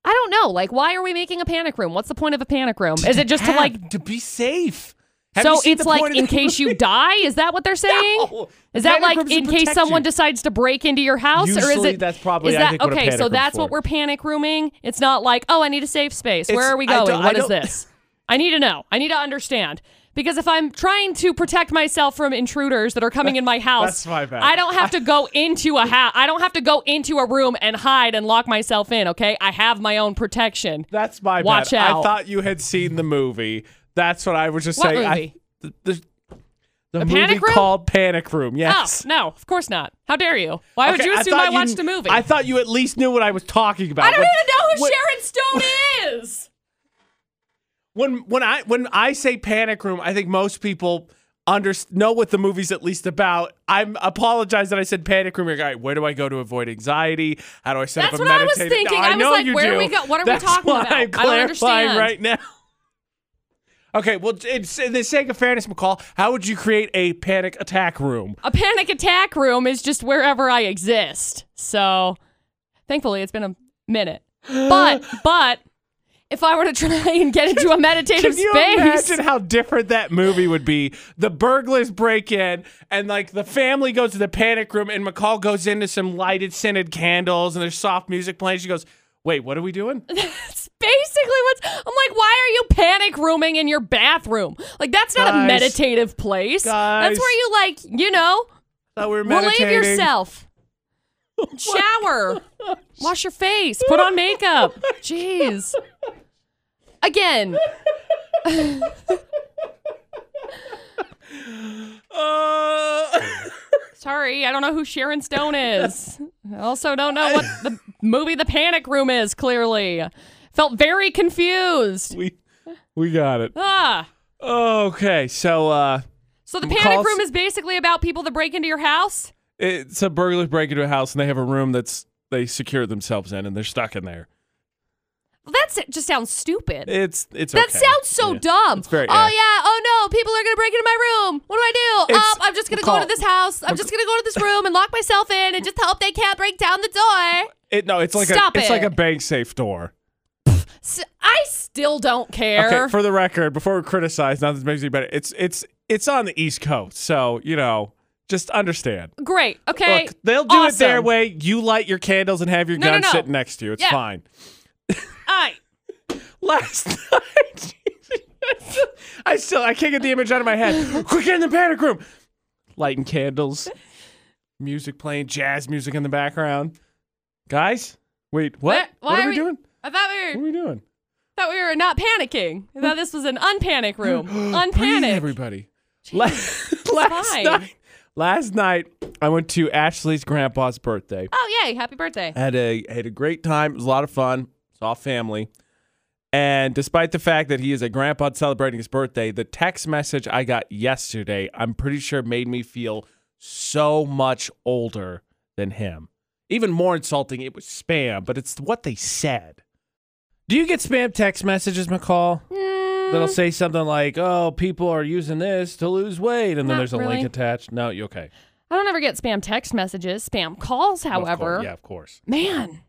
S2: I don't know. Like, why are we making a panic room? What's the point of a panic room? Is it just to like?
S1: to be safe? Have you
S2: so
S1: seen
S2: it's
S1: the
S2: like
S1: point of
S2: in
S1: the-
S2: case you die. Is that what they're saying?
S1: No!
S2: Is that
S1: Panic
S2: like
S1: rooms to
S2: in case
S1: protect
S2: someone
S1: you.
S2: decides to break into your house, or is
S1: Usually
S2: it?
S1: that's probably,
S2: is
S1: I
S2: that
S1: think, what a
S2: okay?
S1: panic
S2: so
S1: room's
S2: that's
S1: for.
S2: what we're panic rooming. It's not like oh, I need a safe space.
S1: It's-
S2: Where are we
S1: I don't-
S2: going?
S1: I
S2: What is
S1: don't-
S2: this? I need to know. I need to understand because if I'm trying to protect myself from intruders that are coming in my house,
S1: That's my bad.
S2: I don't have to go into a house. I don't have to go into a room and hide and lock myself in. Okay, I have my own protection.
S1: That's my
S2: Watch
S1: bad. I
S2: out.
S1: thought you had seen the movie. That's what I was just
S2: What
S1: saying. I-
S2: movie?
S1: th- the the, movie
S2: Panic Room?
S1: called Panic Room.
S2: No,
S1: Yes.
S2: no, of course not. How dare you? Why would
S1: Okay,
S2: you assume
S1: thought
S2: I, watched a movie?
S1: I thought you at least knew what I was talking about.
S2: I don't
S1: When-
S2: even know who
S1: when-
S2: Sharon Stone is.
S1: When when I when I say Panic Room, I think most people under, know what the movie's at least about. I apologize that I said Panic Room. You're like, "All right, where do I go to avoid anxiety? How do I set
S2: That's
S1: up a
S2: what I was
S1: meditative-"
S2: thinking.
S1: No,
S2: I was
S1: know
S2: like,
S1: you
S2: where do
S1: do.
S2: we go- what are we
S1: That's
S2: talking
S1: why
S2: about?
S1: I'm
S2: I don't
S1: clarifying
S2: understand.
S1: right now. Okay, well, it's, in the sake of fairness, McCall, how would you create a panic attack room?
S2: A panic attack room is just wherever I exist. So thankfully it's been a minute. But but if I were to try and get into a meditative
S1: Can you
S2: space,
S1: imagine how different that movie would be? The burglars break in, and like the family goes to the panic room, and McCall goes into some lighted scented candles, and there's soft music playing. She goes, "Wait, what are we doing?"
S2: that's basically what's I'm like, why are you panic rooming in your bathroom? Like that's not a
S1: Guys.
S2: meditative place.
S1: Guys.
S2: That's where you like, you know,
S1: Thought we were meditating.
S2: relieve yourself. Shower. Wash your face. Put on makeup. Jeez. Again.
S1: Uh,
S2: Sorry, I don't know who Sharon Stone is. I also don't know what the movie The Panic Room is, clearly. Felt very confused.
S1: we we got it.
S2: Ah.
S1: Okay, so uh,
S2: So the
S1: We'll
S2: panic
S1: call
S2: room
S1: s-
S2: is basically about people that break into your house?
S1: it's a burglar break into a house and they have a room that's they secure themselves in and they're stuck in there.
S2: Well, that's it just sounds stupid.
S1: It's it's
S2: that
S1: okay.
S2: sounds so
S1: Yeah.
S2: dumb.
S1: It's very-
S2: oh
S1: yeah.
S2: yeah. Oh no. People are gonna break into my room. What do I do?
S1: It's-
S2: Um, I'm just gonna
S1: we'll
S2: go into
S1: call-
S2: this house. I'm just gonna go into this room and lock myself in and just hope they can't break down the door.
S1: It, no, it's like
S2: Stop
S1: a it's like
S2: it.
S1: a bank safe door.
S2: S- I still don't care.
S1: Okay, for the record, before we criticize, not that it makes any better. It's it's it's on the East Coast, so you know, just understand.
S2: Great. Okay.
S1: Look, they'll do it their
S2: awesome.
S1: way. You light your candles and have your
S2: No, no,
S1: gun
S2: no.
S1: sitting next to you. It's
S2: Yeah.
S1: fine.
S2: I.
S1: Last night, I still I can't get the image out of my head. Quick get in the panic room, lighting candles, music playing, jazz music in the background. Guys, wait, what?
S2: Why- why
S1: what are,
S2: are
S1: we
S2: we-
S1: doing?
S2: I thought we
S1: What are
S2: were
S1: we doing?
S2: thought we were not panicking. I thought this was an unpanic room.
S1: Breathe,
S2: Unpanic.
S1: everybody. La- last
S2: fine.
S1: night, last night, I went to Ashley's grandpa's birthday.
S2: oh yay! Happy birthday.
S1: I had a had a great time. It was a lot of fun. Saw family. And despite the fact that he is a grandpa celebrating his birthday, the text message I got yesterday, I'm pretty sure made me feel so much older than him. Even more insulting, it was spam, but it's what they said. Do you get spam text messages, McCall?
S2: Mm.
S1: That'll say something like, "Oh, people are using this to lose weight," and then
S2: Not
S1: there's a
S2: really.
S1: link attached. No, you okay?
S2: I don't ever get spam text messages, spam calls,
S1: Of course-
S2: however.
S1: yeah, of course.
S2: Man,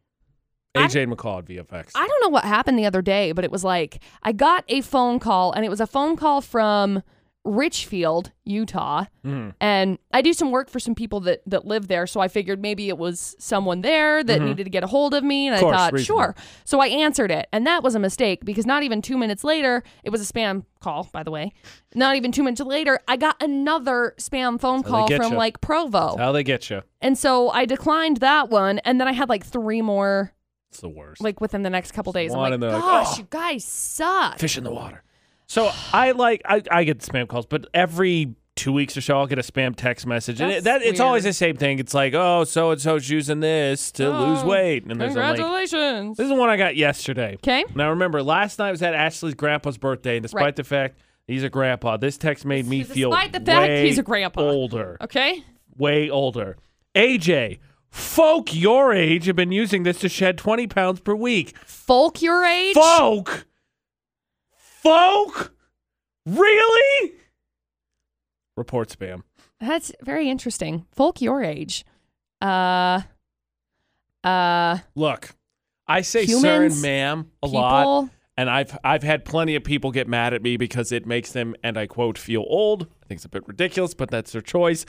S1: AJ and McCall at VFX.
S2: I don't know what happened the other day, but it was like I got a phone call and it was a phone call from Richfield, Utah.
S1: Mhm.
S2: And I do some work for some people that that live there, so I figured maybe it was someone there that needed to get a hold of me and
S1: Mm-hmm. Of course,
S2: I thought,
S1: reasonable.
S2: sure. So I answered it, and that was a mistake because not even 2 minutes later, it was a spam call, by the way. Not even 2 minutes later, I got another spam phone
S1: how they
S2: call
S1: get
S2: from
S1: ya.
S2: like Provo.
S1: How they get you?
S2: And so I declined that one, and then I had like three more
S1: It's the worst.
S2: like within the next couple days. I'm
S1: One
S2: like,
S1: and they're like,
S2: gosh,
S1: "Oh."
S2: you guys suck.
S1: fish in the water. So I like I, I get spam calls, but every two weeks or so I'll get a spam text message, and it, that
S2: That's
S1: it's always
S2: weird.
S1: the same thing. It's like, oh, so and so's using this to lose
S2: Oh,
S1: weight, and there's a link.
S2: Congratulations.
S1: This is the one I got yesterday.
S2: Okay.
S1: Now remember, last night was at Ashley's grandpa's birthday, and despite
S2: Right.
S1: the fact he's a grandpa, this text made me feel
S2: Despite the fact
S1: way
S2: he's a grandpa.
S1: older,
S2: Okay.
S1: way older. AJ, folk your age have been using this to shed twenty pounds per week.
S2: Folk your age?
S1: Folk? Folk? Really? Report spam.
S2: That's very interesting. Folk your age. Uh uh
S1: Look, I say sir and
S2: Humans,
S1: ma'am a
S2: people
S1: lot, and I've I've had plenty of people get mad at me because it makes them, and I quote, feel old. I think it's a bit ridiculous, but that's their choice.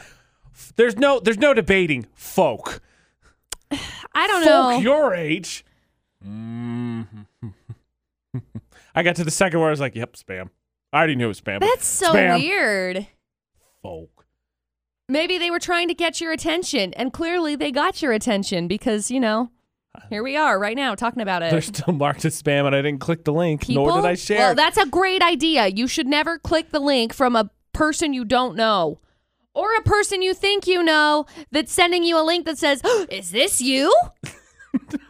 S1: F- There's no there's no debating folk.
S2: I don't
S1: Folk
S2: know.
S1: your age. Mm-hmm. I got to the second where I was like, yep, spam. I already knew it was spam. but
S2: That's so
S1: spam.
S2: weird.
S1: Folk.
S2: Maybe they were trying to get your attention and clearly they got your attention because, you know, here we are right now talking about it.
S1: They're still marked as spam, and I didn't click the link,
S2: people.
S1: nor did I share.
S2: Well, that's a great idea. You should never click the link from a person you don't know or a person you think you know that's sending you a link that says, Is this you?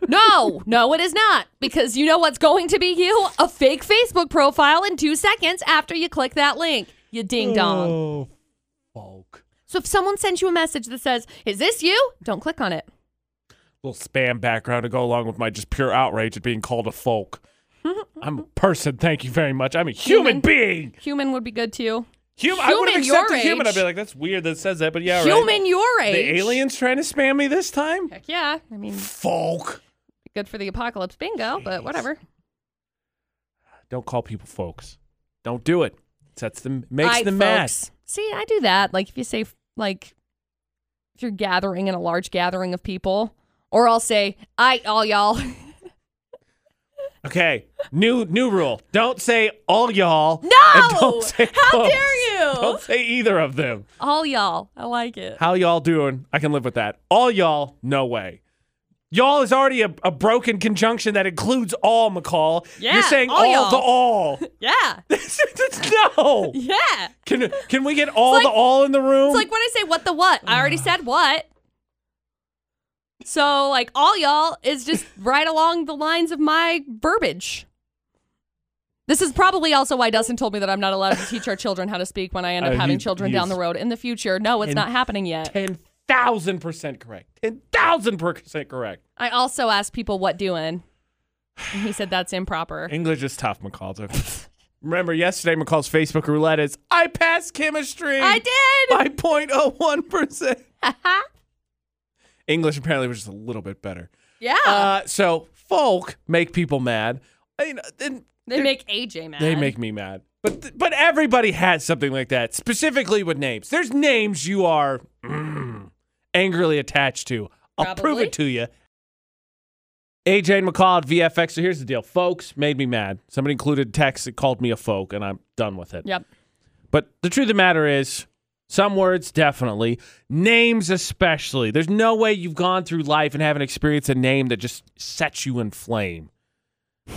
S2: no, no, it is not. Because you know what's going to be you? A fake Facebook profile in two seconds after you click that link. You ding dong.
S1: Oh, folk.
S2: So if someone sends you a message that says, Is this you? Don't click on it.
S1: Little spam background to go along with my just pure outrage at being called a folk. I'm a person, thank you very much. I'm a human,
S2: Human.
S1: being.
S2: Human would be good too.
S1: Human, I would have
S2: Human your
S1: accepted human. I'd be
S2: age.
S1: like, that's weird that it says that, but yeah, right.
S2: Human your age.
S1: The aliens trying to spam me this time?
S2: Heck yeah. I mean,
S1: Folk.
S2: good for the apocalypse bingo, but whatever.
S1: Don't call people folks. Don't do it. Sets them, makes
S2: Aight,
S1: them
S2: folks. See, I do that. Like if you say like if you're gathering in a large gathering of people, or I'll say, "I all y'all."
S1: mad. Okay, new new rule. Don't say all y'all. No.
S2: No!
S1: don't say
S2: How
S1: folks.
S2: dare you!
S1: Don't say either of them.
S2: all y'all. I like it.
S1: How y'all doing? I can live with that. All y'all, no way. Y'all is already a, a broken conjunction that includes all, McCall.
S2: Yeah,
S1: You're saying
S2: all
S1: all,
S2: y'all.
S1: the all. no.
S2: Yeah. Yeah.
S1: Can can we get all
S2: It's
S1: the
S2: like-
S1: all in the room?
S2: It's like when I say what the what, I already said what. So like all y'all is just right along the lines of my verbiage. This is probably also why Dustin told me that I'm not allowed to teach our children how to speak when I end up
S1: Oh,
S2: having
S1: he-
S2: children
S1: he's-
S2: down the road in the future. No, it's
S1: And-
S2: not happening yet.
S1: ten thousand percent correct. Ten thousand percent correct.
S2: I also asked people what doing. And he said that's improper.
S1: English is tough, McCall. too. Remember yesterday, McCall's Facebook roulette is I passed chemistry
S2: I did.
S1: by 0.01 percent. English apparently was just a little bit better.
S2: yeah.
S1: Uh, so folk make people mad. I mean, and
S2: they make AJ mad.
S1: They make me mad. But th- but everybody has something like that, specifically with names. There's names you are mm, angrily attached to. I'll prove
S2: Probably.
S1: it to you. AJ and McCall at VFX. So here's the deal. Folks made me mad. Somebody included text that called me a folk, and I'm done with it.
S2: Yep.
S1: But the truth of the matter is, some words definitely, names especially. There's no way you've gone through life and haven't experienced a name that just sets you in flame.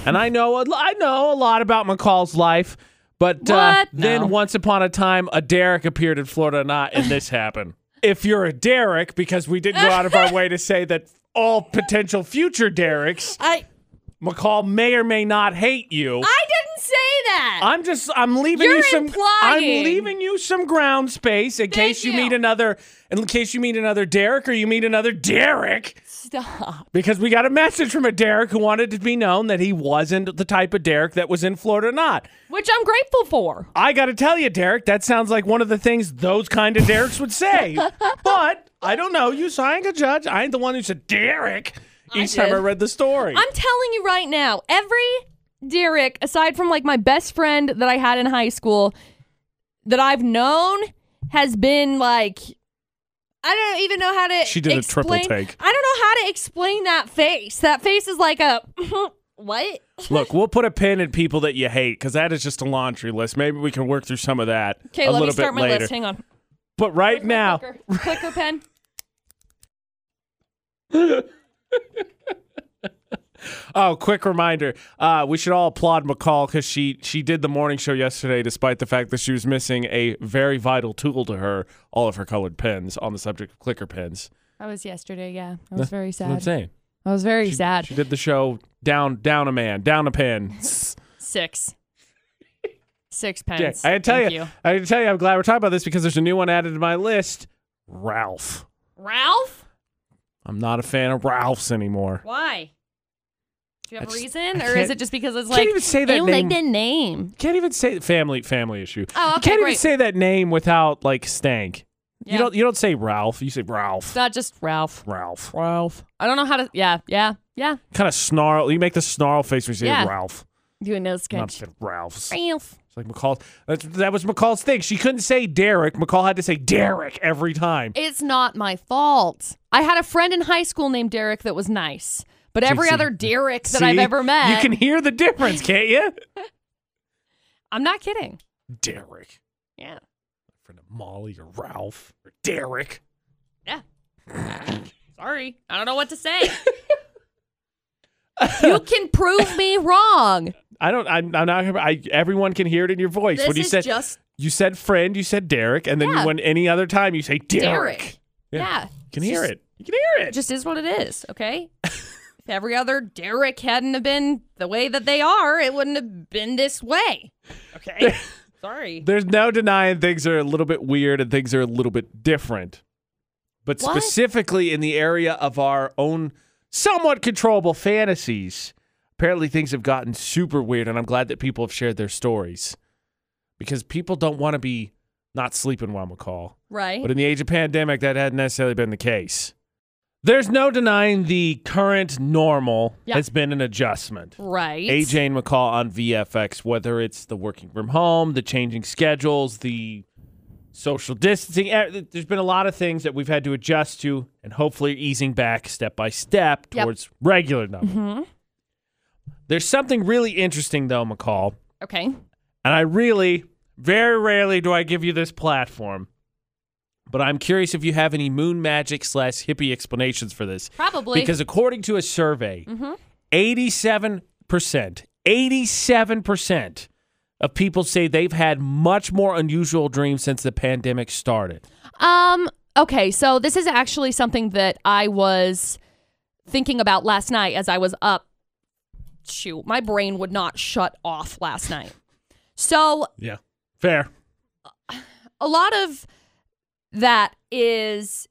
S1: And I know, I know a lot about McCall's life, but uh,
S2: What? No.
S1: then once upon a time, a Derek appeared in Florida, not, and this happened. If you're a Derek, because we didn't go out of our way to say that all potential future Dereks,
S2: I
S1: McCall may or may not hate you.
S2: I didn't say that.
S1: I'm just I'm leaving
S2: You're
S1: you some I'm
S2: implying.
S1: leaving you some ground space in case you,
S2: you.
S1: meet another in case you meet another Derek or you meet another Derek
S2: Stop.
S1: because we got a message from a Derek who wanted to be known that he wasn't the type of Derek that was in Florida or not.
S2: Which I'm grateful for.
S1: I got to tell you Derek, that sounds like one of the things those kind of Dereks would say. but I don't know you so I ain't gonna judge. I ain't the one who said Derek each time
S2: did.
S1: I read the story.
S2: I'm telling you right now, every Derek, aside from like my best friend that I had in high school, that I've known has been like, I don't even know how to.
S1: She did a triple
S2: explain-
S1: take.
S2: I don't know how to explain that face. That face is like a what?
S1: Look, we'll put a pin in people that you hate because that is just a laundry list. Maybe we can work through some of that
S2: Okay,
S1: a
S2: let
S1: little
S2: me start
S1: bit
S2: my
S1: later.
S2: list. Hang on.
S1: But right now,
S2: Clicker, clicker pen.
S1: oh, quick reminder: uh, we should all applaud McCall because she she did the morning show yesterday, despite the fact that she was missing a very vital tool to her, all of her colored pens on the subject of clicker pens.
S2: That was yesterday. Yeah, I was very
S1: That's what I'm
S2: sad.
S1: saying.
S2: I was very
S1: She-
S2: sad.
S1: She did the show down down a man, down a pen.
S2: Six. Six
S1: Yeah,
S2: pens.
S1: I had to tell
S2: Thank
S1: you, I had to tell you, I'm glad we're talking about this because there's a new one added to my list. Ralph.
S2: Ralph.
S1: I'm not a fan of Ralph's anymore.
S2: Why? Do you have
S1: I
S2: a
S1: just-
S2: reason,
S1: I
S2: or is
S1: can't-
S2: it just because it's
S1: can't
S2: like
S1: even say that
S2: I don't
S1: name.
S2: like the name?
S1: Can't even say family family issue.
S2: Oh,
S1: you
S2: okay,
S1: can't even
S2: great.
S1: say that name without like stank. You
S2: Yeah.
S1: don't you don't say Ralph. You say Ralph.
S2: It's not just Ralph.
S1: Ralph. Ralph.
S2: I don't know how to. Yeah, yeah, yeah.
S1: Kind of snarl. You make the snarl face when you say
S2: Yeah.
S1: Ralph.
S2: Do a nose
S1: Not
S2: sketch.
S1: the Ralphs. It's
S2: Ralph.
S1: like McCall. That's, that was McCall's thing. She couldn't say Derek. McCall had to say Derek every time.
S2: It's not my fault. I had a friend in high school named Derek that was nice, but every
S1: see-
S2: other Derek that
S1: See?
S2: I've ever met,
S1: You can hear the difference, can't you?
S2: I'm not kidding.
S1: Derek.
S2: Yeah,
S1: Friend of Molly or Ralph or Derek.
S2: yeah. Sorry, I don't know what to say. you can prove me wrong.
S1: I don't. I'm, I'm not. I, everyone can hear it in your voice
S2: This
S1: when you
S2: is
S1: said
S2: just
S1: You said friend, you said Derek, and then
S2: Yeah.
S1: you when any other time you say Derek.
S2: Derek.
S1: Yeah.
S2: yeah.
S1: You can
S2: It's
S1: hear
S2: just-
S1: it. You can hear
S2: It
S1: it.
S2: just is what it is, okay? if every other Derek hadn't have been the way that they are, it wouldn't have been this way. Okay. Sorry.
S1: There's no denying things are a little bit weird and things are a little bit different. But
S2: What?
S1: specifically in the area of our own somewhat controllable fantasies, apparently things have gotten super weird, and I'm glad that people have shared their stories. Because people don't want to be not sleeping while McCall.
S2: Right.
S1: But in the age of pandemic, that hadn't necessarily been the case. There's no denying the current normal
S2: Yeah.
S1: has been an adjustment.
S2: right.
S1: AJ and McCall on VFX, whether it's the working from home, the changing schedules, the social distancing, eh, there's been a lot of things that we've had to adjust to and hopefully easing back step by step
S2: Yep.
S1: towards regular numbers.
S2: Mhm.
S1: There's something really interesting, though, McCall,
S2: Okay.
S1: and I really, very rarely do I give you this platform. But I'm curious if you have any moon magic slash hippie explanations for this.
S2: Probably. Mm-hmm.
S1: Because according to a survey, 87%, 87% of people say they've had much more unusual dreams since the pandemic started.
S2: Um. Okay. So this is actually something that I was thinking about last night as I was up. Shoot, my brain would not shut off last night. So
S1: Yeah. Fair.
S2: a lot of that is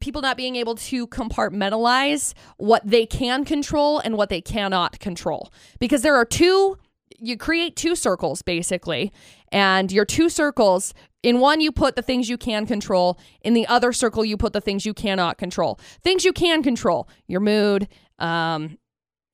S2: people not being able to compartmentalize what they can control and what they cannot control because there are two you create two circles basically and your two circles in one you put the things you can control in the other circle you put the things you cannot control things you can control your mood um,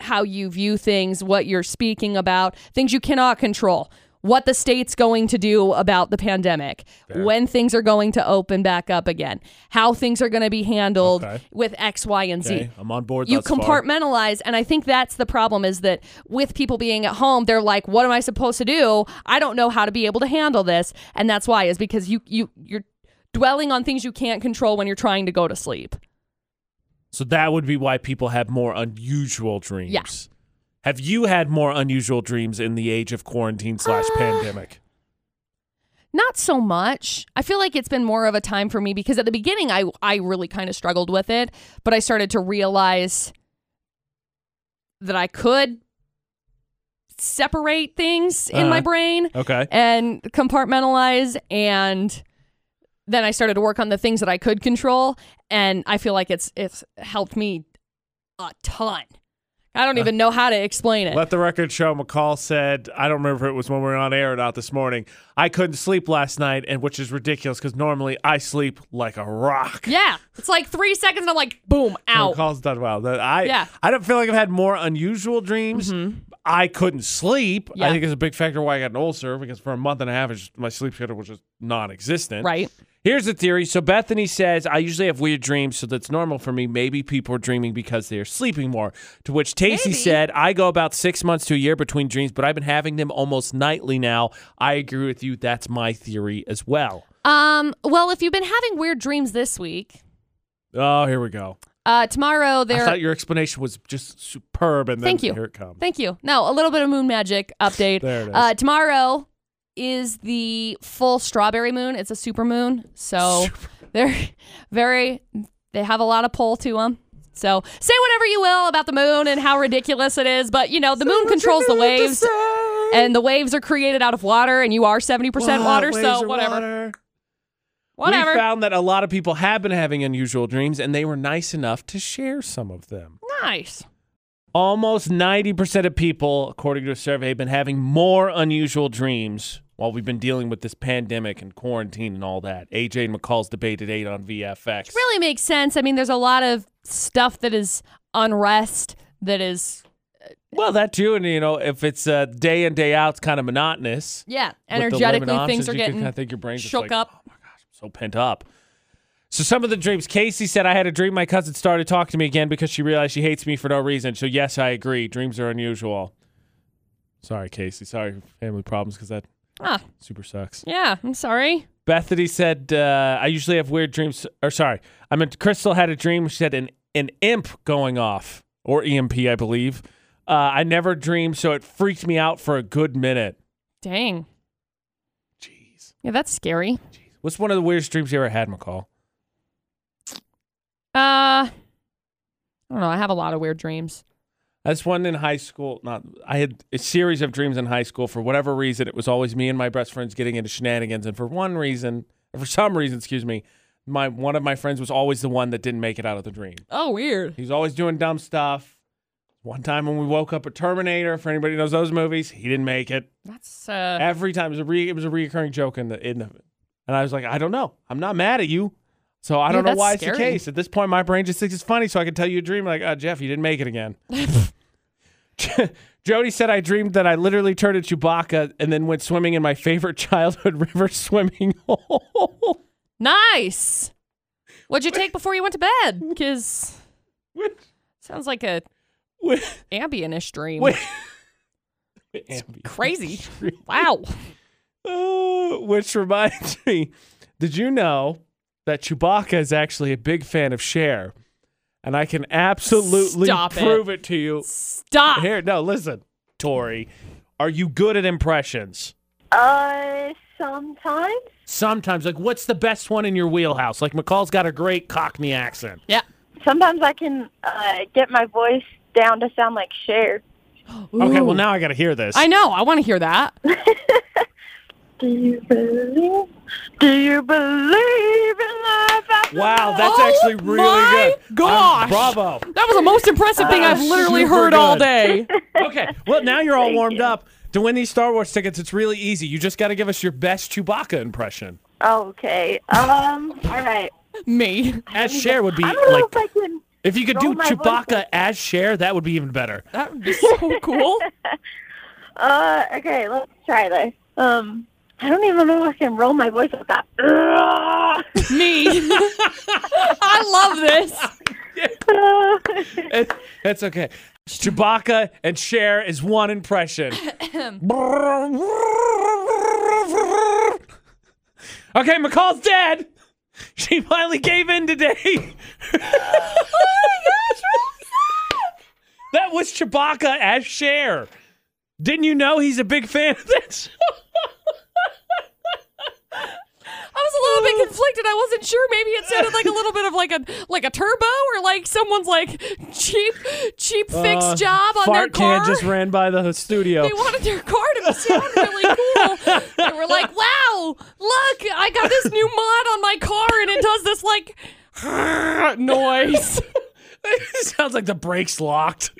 S2: how you view things, what you're speaking about, things you cannot control, what the state's going to do about the pandemic, when things are going to open back up again, how things are going to be handled
S1: Okay.
S2: with X, Y, and Z.
S1: Okay. I'm on board.
S2: You
S1: thus far.
S2: compartmentalize, and I think that's the problem is that with people being at home, they're like, "What am I supposed to do? I don't know how to be able to handle this," and that's why is because you you you're dwelling on things you can't control when you're trying to go to sleep.
S1: So that would be why people have more unusual dreams.
S2: Yeah.
S1: Have you had more unusual dreams in the age of quarantine slash
S2: Uh,
S1: pandemic?
S2: not so much. I feel like it's been more of a time for me because at the beginning I I really kind of struggled with it, but I started to realize that I could separate things in my
S1: Uh-huh.
S2: brain
S1: Okay.
S2: and compartmentalize and then I started to work on the things that I could control and I feel like it's it's helped me a ton. I
S1: Uh,
S2: don't even know how to explain it.
S1: Let the record show McCall said, I don't remember if it was when we were on air or not this morning. I couldn't sleep last night, and which is ridiculous because normally I sleep like a rock.
S2: Yeah, it's like 3 seconds and I'm like boom out.
S1: McCall's done well. That- I,
S2: Yeah. Mm-hmm.
S1: I don't feel like I've had more unusual dreams. I couldn't sleep.
S2: Yeah.
S1: I think it's a big factor why I got an ulcer because for a month and a half, it's just, my sleep schedule was just non existent.
S2: Right.
S1: Here's the theory. So Bethany says, I usually have weird dreams, so that's normal for me. Maybe people are dreaming because they are sleeping more. To which Tacey
S2: Maybe.
S1: said, I go about six months to a year between dreams, but I've been having them almost nightly now. I agree with you. That's my theory as well.
S2: Um, well, if you've been having weird dreams this week,
S1: Oh, here we go.
S2: uh, tomorrow
S1: I
S2: there.
S1: thought your explanation was just superb, and then
S2: Thank you.
S1: here it comes.
S2: Thank you. No, a little bit of moon magic update.
S1: There it is.
S2: Uh, tomorrow is the full strawberry moon. It's a super moon, so they're very. They have a lot of pull to them. So say whatever you will about the moon and how ridiculous it is, but you know the moon controls the waves, and the waves are created out of water, and you are seventy percent water, so whatever, whatever.
S1: We found that a lot of people have been having unusual dreams, and they were nice enough to share some of them.
S2: nice.
S1: Almost 90% of people, according to a survey, have been having more unusual dreams while we've been dealing with this pandemic and quarantine and all that. AJ and McCall's debate at 8 on VFX.
S2: really makes sense. I mean, there's a lot of stuff that is unrest that is
S1: Well, that too. And, you know, if it's uh, day in, day out, it's kind of monotonous.
S2: yeah,
S1: With the
S2: energetically
S1: lemon
S2: things
S1: options,
S2: are
S1: you can
S2: getting
S1: kinda think your brain's just
S2: shook
S1: like,
S2: up.
S1: so pent up. So some of the dreams. Casey said, "I had a dream. My cousin started talking to me again because she realized she hates me for no reason." So yes, I agree. Dreams are unusual. Sorry, Casey. Sorry, family problems because that
S2: Ah.
S1: super sucks.
S2: Yeah, I'm sorry.
S1: Bethany said, uh, "I usually have weird dreams." Or sorry, I meant Crystal had a dream. She had an an imp going off or EMP, I believe. Uh, I never dreamed, so it freaked me out for a good minute.
S2: Dang.
S1: Jeez,
S2: Yeah, that's scary.
S1: what's one of the weirdest dreams you ever had, McCall?
S2: Uh, I don't know. I have a lot of weird dreams.
S1: That's one in high school. Not I had a series of dreams in high school. For whatever reason, it was always me and my best friends getting into shenanigans. And for one reason, or for some reason, excuse me, my one of my friends was always the one that didn't make it out of the dream.
S2: Oh, weird.
S1: He was always doing dumb stuff. One time when we woke up at Terminator, for anybody who knows those movies, he didn't make it.
S2: That's uh,
S1: Every time it was a re- it was a reoccurring joke in the in the, and I was like, I don't know, I'm not mad at you, so I
S2: Yeah,
S1: don't know
S2: that's
S1: why it's the
S2: scary.
S1: case. At this point, my brain just thinks it's funny, so I can tell you a dream. Like, oh, Jeff, you didn't make it again. Jody said I dreamed that I literally turned into Chewbacca and then went swimming in my favorite childhood river swimming hole.
S2: nice. What'd you take before you went to bed? Because
S1: Which-
S2: sounds like a
S1: which-
S2: ambient-ish dream.
S1: which-
S2: Crazy. Wow.
S1: Oh, which reminds me, did you know that Chewbacca is actually a big fan of Cher, and I can absolutely
S2: Stop it.
S1: prove it. to you.
S2: Stop.
S1: Here, no, listen, Tori, are you good at impressions?
S5: Uh, sometimes.
S1: Sometimes, like, what's the best one in your wheelhouse? Like, McCall's got a great Cockney accent.
S2: Yeah.
S5: Sometimes I can uh, get my voice down to sound like Cher.
S1: Okay,
S2: Ooh.
S1: well now I got to hear this.
S2: I know. I want to hear that.
S5: Do you believe? Do you believe in love? after
S1: Wow, that's
S2: Oh
S1: actually really
S2: my
S1: good. Um,
S2: gosh.
S1: bravo.
S2: That was the most impressive thing I've literally
S1: super
S2: heard all
S1: good.
S2: day.
S1: Okay, well now you're all
S5: Thank
S1: warmed
S5: you.
S1: up. To win these Star Wars tickets, it's really easy. You just got to give us your best Chewbacca impression.
S5: Okay. Um. All right.
S2: Me.
S1: As Cher would be
S5: I don't know
S1: like
S5: if I can.
S1: if you could do
S5: roll my voice
S1: Chewbacca
S5: up.
S1: as Cher, that would be even better.
S2: That would be so cool.
S5: Uh. Okay. Let's try this. Um. I don't even know if I can roll my voice like that. Ugh.
S2: Me. I love this.
S5: Uh,
S1: It- That's okay. Chewbacca and Cher is one impression. okay, McCall's dead. She finally gave in
S2: Oh
S1: today. That was Chewbacca as Cher. Didn't you know he's a big fan of this?
S2: I was a little bit conflicted. I wasn't sure. Maybe it sounded like a little bit of like a like a turbo or like someone's like cheap cheap fix
S1: Uh,
S2: job on their
S1: Fart
S2: car.
S1: can just ran by the studio.
S2: They wanted their car to sound really cool. They were like, "Wow, look! I got this new mod on my car, and it does this like noise."
S1: it sounds like the brakes locked.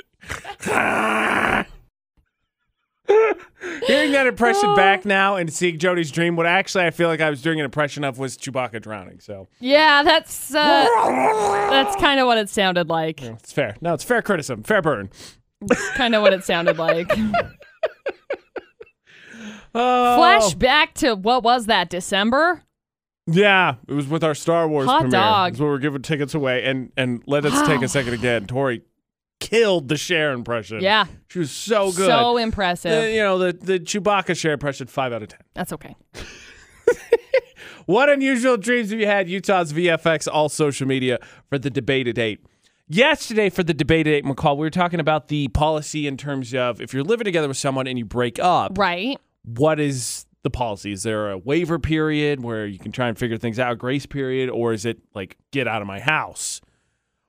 S1: Hearing that impression back now and seeing Jody's dream, what actually I feel like I was doing an impression of was Chewbacca drowning. So
S2: Yeah, that's uh, that's kind of what it sounded like.
S1: it's fair. No, it's fair criticism, fair burn.
S2: Kind of what it sounded like.
S1: Oh,
S2: Flashback to what was that? December?
S1: Yeah, it was with our Star Wars
S2: Hot
S1: premiere.
S2: dog.
S1: That's where we're giving tickets away. And and let us take
S2: Wow.
S1: a second again. Tori killed the share impression.
S2: Yeah,
S1: she was so Oh, good.
S2: so
S1: Uh,
S2: impressive.
S1: you know the the Chewbacca share impression, five out of ten.
S2: That's okay.
S1: What unusual dreams have you had? Utah's VFX, all social media for the debate at eight. Yesterday, for the debate at eight, McCall, we were talking about the policy in terms of if you're living together with someone and you break up,
S2: Right?
S1: what is the policy? Is there a waiver period where you can try and figure things out, a grace period, or is it like, get out of my house?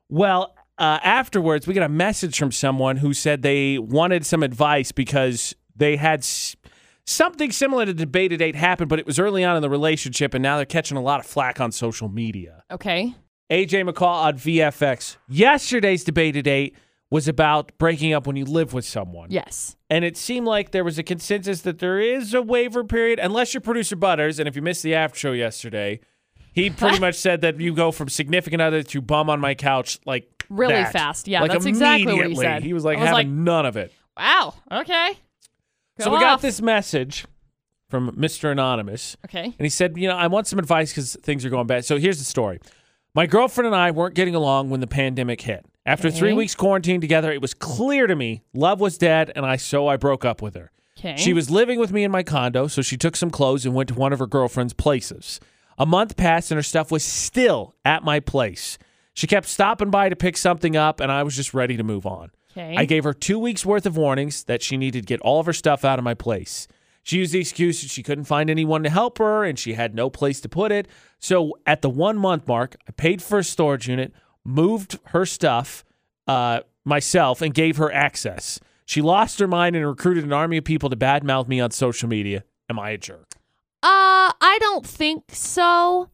S1: Well, uh, afterwards, we got a message from someone who said they wanted some advice because they had s- something similar to debate at eight happen, but it was early on in the relationship, and now they're catching a lot of flack on social media.
S2: Okay.
S1: AJ McCall on VFX. Yesterday's debate at eight was about breaking up when you live with someone
S2: Yes.
S1: and it seemed like there was a consensus that there is a waiver period unless you're producer Butters. And if you missed the after show yesterday, he pretty much said that you go from significant other to bum on my couch like
S2: Really
S1: that.
S2: fast. Yeah,
S1: Like,
S2: that's exactly what he
S1: immediately.
S2: said.
S1: He was like
S2: I was
S1: having
S2: like-
S1: none of it.
S2: Wow. Okay.
S1: so we got this message from Mr. Anonymous.
S2: Okay.
S1: And he said, You know, I want some advice because things are going bad. So here's the story My girlfriend and I weren't getting along when the pandemic hit. After three
S2: Okay.
S1: weeks quarantined together, it was clear to me love was dead, and I so I broke up with her.
S2: Okay.
S1: She was living with me in my condo, so she took some clothes and went to one of her girlfriend's places. A month passed, and her stuff was still at my place. She kept stopping by to pick something up, and I was just ready to move on.
S2: Okay.
S1: I gave her two weeks worth of warnings that she needed to get all of her stuff out of my place. She used the excuse that she couldn't find anyone to help her and she had no place to put it. So at the one month mark, I paid for a storage unit, moved her stuff uh, myself, and gave her access. She lost her mind and recruited an army of people to badmouth me on social media. Am I a jerk?
S2: Uh, I don't think so.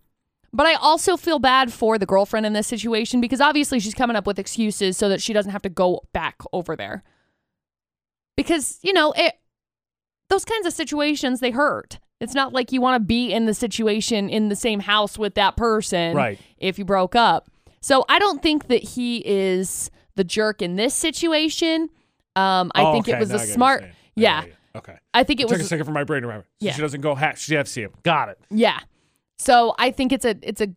S2: But I also feel bad for the girlfriend in this situation because obviously she's coming up with excuses so that she doesn't have to go back over there. Because, you know, it those kinds of situations they hurt. It's not like you want to be in the situation in the same house with that person
S1: Right.
S2: if you broke up. So I don't think that he is the jerk in this situation. Um, I
S1: Oh,
S2: think
S1: okay,
S2: it was
S1: now
S2: a
S1: I get what you're
S2: smart
S1: saying. I
S2: yeah.
S1: get it. Okay.
S2: I think it
S1: Took
S2: was
S1: a second for my brain to remember. So
S2: Yeah.
S1: She doesn't go half. She FC him. Got it.
S2: yeah. So I think it's a it's a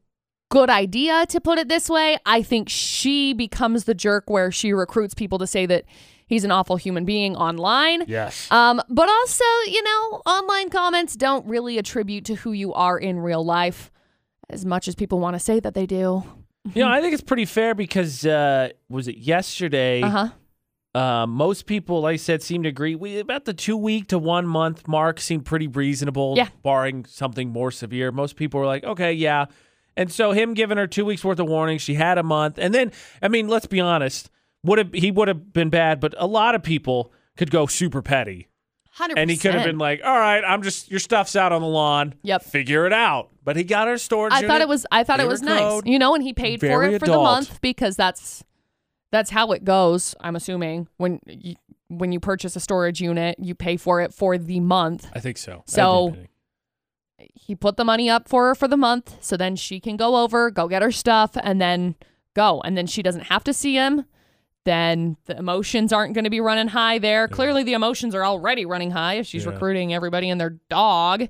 S2: good idea to put it this way. I think she becomes the jerk where she recruits people to say that he's an awful human being online.
S1: Yes.
S2: Um, but also, you know, online comments don't really attribute to who you are in real life. as much as people want to say that they do.
S1: You know, I think it's pretty fair because uh, was it yesterday?
S2: Uh huh.
S1: Uh, most people, like I said, seem to agree. We about the two week to one month mark seemed pretty reasonable,
S2: Yeah.
S1: barring something more severe. Most people were like, okay, yeah. And so him giving her two weeks worth of warning, she had a month, and then I mean, let's be honest, would have he would have been bad, but a lot of people could go super petty,
S2: 100%.
S1: and he could have been like, all right, I'm just your stuff's out on the lawn,
S2: Yep.
S1: figure it out. But he got her storage.
S2: I thought
S1: unit.
S2: it was I thought it
S1: Favorite
S2: was nice.
S1: code.
S2: You know, and he paid for
S1: Very
S2: it for the
S1: adult.
S2: month because that's that's how it goes, I'm assuming. When you, when you purchase a storage unit, you pay for it for the month.
S1: I think so.
S2: So-
S1: Everybody.
S2: He put the money up for her for the month, so then she can go over, go get her stuff and then go. And then she doesn't have to see him. Then the emotions aren't going to be running high there. Clearly the emotions are already running high if she's
S1: Yeah.
S2: recruiting everybody and their dog.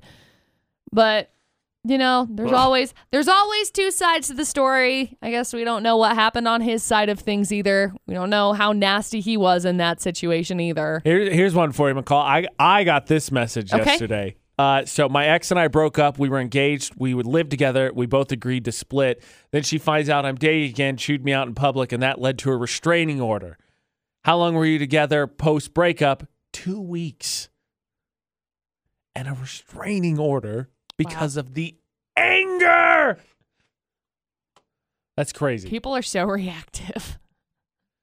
S2: But you know, there's always there's always two sides to the story. I guess we don't know what happened on his side of things either. We don't know how nasty he was in that situation either.
S1: Here, here's one for you, McCall. I I got this message
S2: Okay.
S1: yesterday. Uh, so my ex and I broke up. We were engaged. We would live together. We both agreed to split. Then she finds out I'm dating again, chewed me out in public, and that led to a restraining order. How long were you together post breakup? Two weeks. And a restraining order because of the anger. That's crazy.
S2: People are so reactive.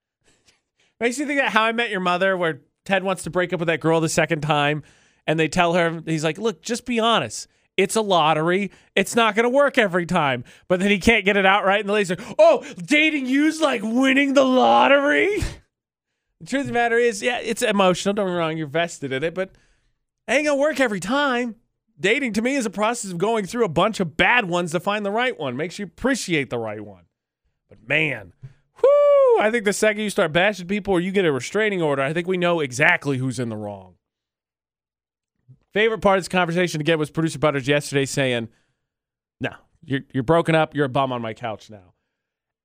S1: Makes you think that How I Met Your Mother, where Ted wants to break up with that girl the second time, and they tell her, he's like, look, just be honest. It's a lottery. It's not going to work every time. But then he can't get it out right, and the lady's like, oh, dating you's like winning the lottery. the truth of the matter is, yeah, it's emotional. Don't get me wrong, you're vested in it, but it ain't going to work every time. Dating to me is a process of going through a bunch of bad ones to find the right one. Makes you appreciate the right one. But man, whoo, I think the second you start bashing people or you get a restraining order, I think we know exactly who's in the wrong. Favorite part of this conversation again was producer Butters yesterday saying, No, you're you're broken up, you're a bum on my couch now.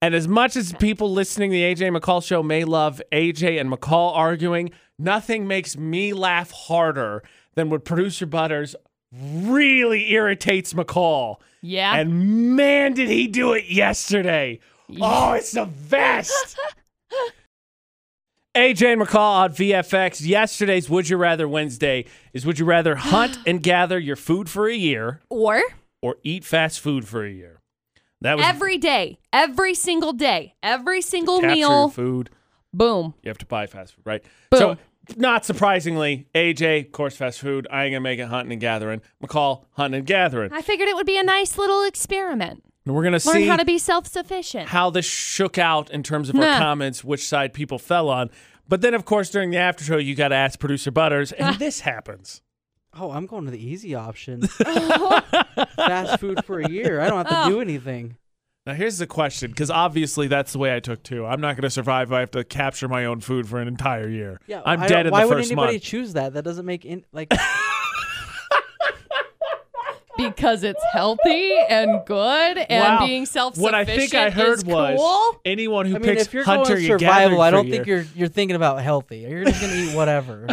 S1: And as much as people listening to the AJ McCall show may love AJ and McCall arguing, nothing makes me laugh harder than when producer Butters really irritates McCall.
S2: Yeah.
S1: And man, did he do it yesterday. Oh, it's the best. AJ McCall on VFX. Yesterday's Would You Rather Wednesday is Would You Rather Hunt and Gather Your Food for a Year
S2: or
S1: or Eat Fast Food for a Year? That was
S2: every day, every single day, every single
S1: capture your
S2: meal.
S1: food.
S2: Boom.
S1: You have to buy fast food, right? So,
S2: Boom.
S1: not surprisingly, AJ, of course, fast food. I ain't going to make it hunting and gathering. McCall, hunting and gathering.
S2: I figured it would be a nice little experiment.
S1: And we're going to
S2: Learn
S1: see
S2: how to be self-sufficient.
S1: how this shook out in terms of our
S2: Nah.
S1: comments, which side people fell on. But then, of course, during the after show, you got to ask producer Butters,
S6: Ah.
S1: and this happens.
S6: Oh, I'm going to the easy option. Fast food for a year. I don't have to do anything.
S1: Now, here's the question because obviously that's the way I took two. I'm not going to survive if I have to capture my own food for an entire year.
S6: Yeah,
S1: I'm
S6: I
S1: dead
S6: don't-
S1: in
S6: Why
S1: the
S6: would
S1: first
S6: anybody
S1: month.
S6: choose that? That doesn't make in like.
S2: because it's healthy and good and
S1: Wow.
S2: being self-sufficient
S1: What I think I heard
S2: is
S1: was
S2: cool.
S1: anyone who
S6: I mean,
S1: picks
S6: if you're
S1: hunter
S6: going
S1: and gatherer
S6: survival, I
S1: for a
S6: don't think
S1: year-
S6: you're you're thinking about healthy. You're just gonna eat whatever.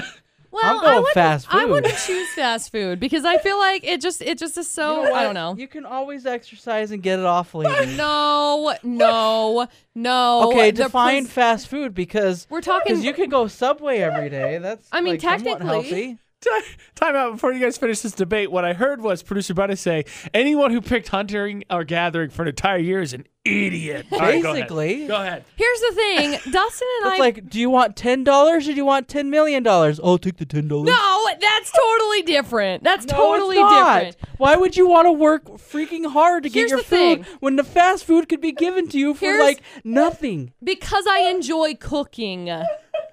S2: Well,
S6: I'm
S2: I
S6: going
S2: wouldn't,
S6: fast
S2: I wouldn't
S6: food.
S2: choose fast food because I feel like it just it just is so
S6: You know
S2: I
S6: what?
S2: don't know.
S6: You can always exercise and get it off later.
S2: no, no, no.
S6: okay,
S2: The
S6: define
S2: pres-
S6: fast food because
S2: We're talking-
S6: 'cause you could go Subway every day. That's
S2: I mean,
S6: like, somewhat
S2: technically-
S6: healthy.
S1: Ti- Time out before you guys finish this debate. What I heard was producer Butters say anyone who picked hunting or gathering for an entire year is an idiot. All right, go ahead.
S6: Basically.
S1: go ahead.
S2: Here's the thing, Dustin and I
S6: It's like, do you want ten dollars or do you want ten million dollars? I'll take the ten dollars.
S2: No, that's totally different. That's
S6: No,
S2: totally
S6: it's not.
S2: different.
S6: Why would you want to work freaking hard to
S2: Here's
S6: get your
S2: the
S6: food
S2: thing.
S6: when the fast food could be given to you for
S2: Here's-
S6: like nothing?
S2: Because I enjoy cooking.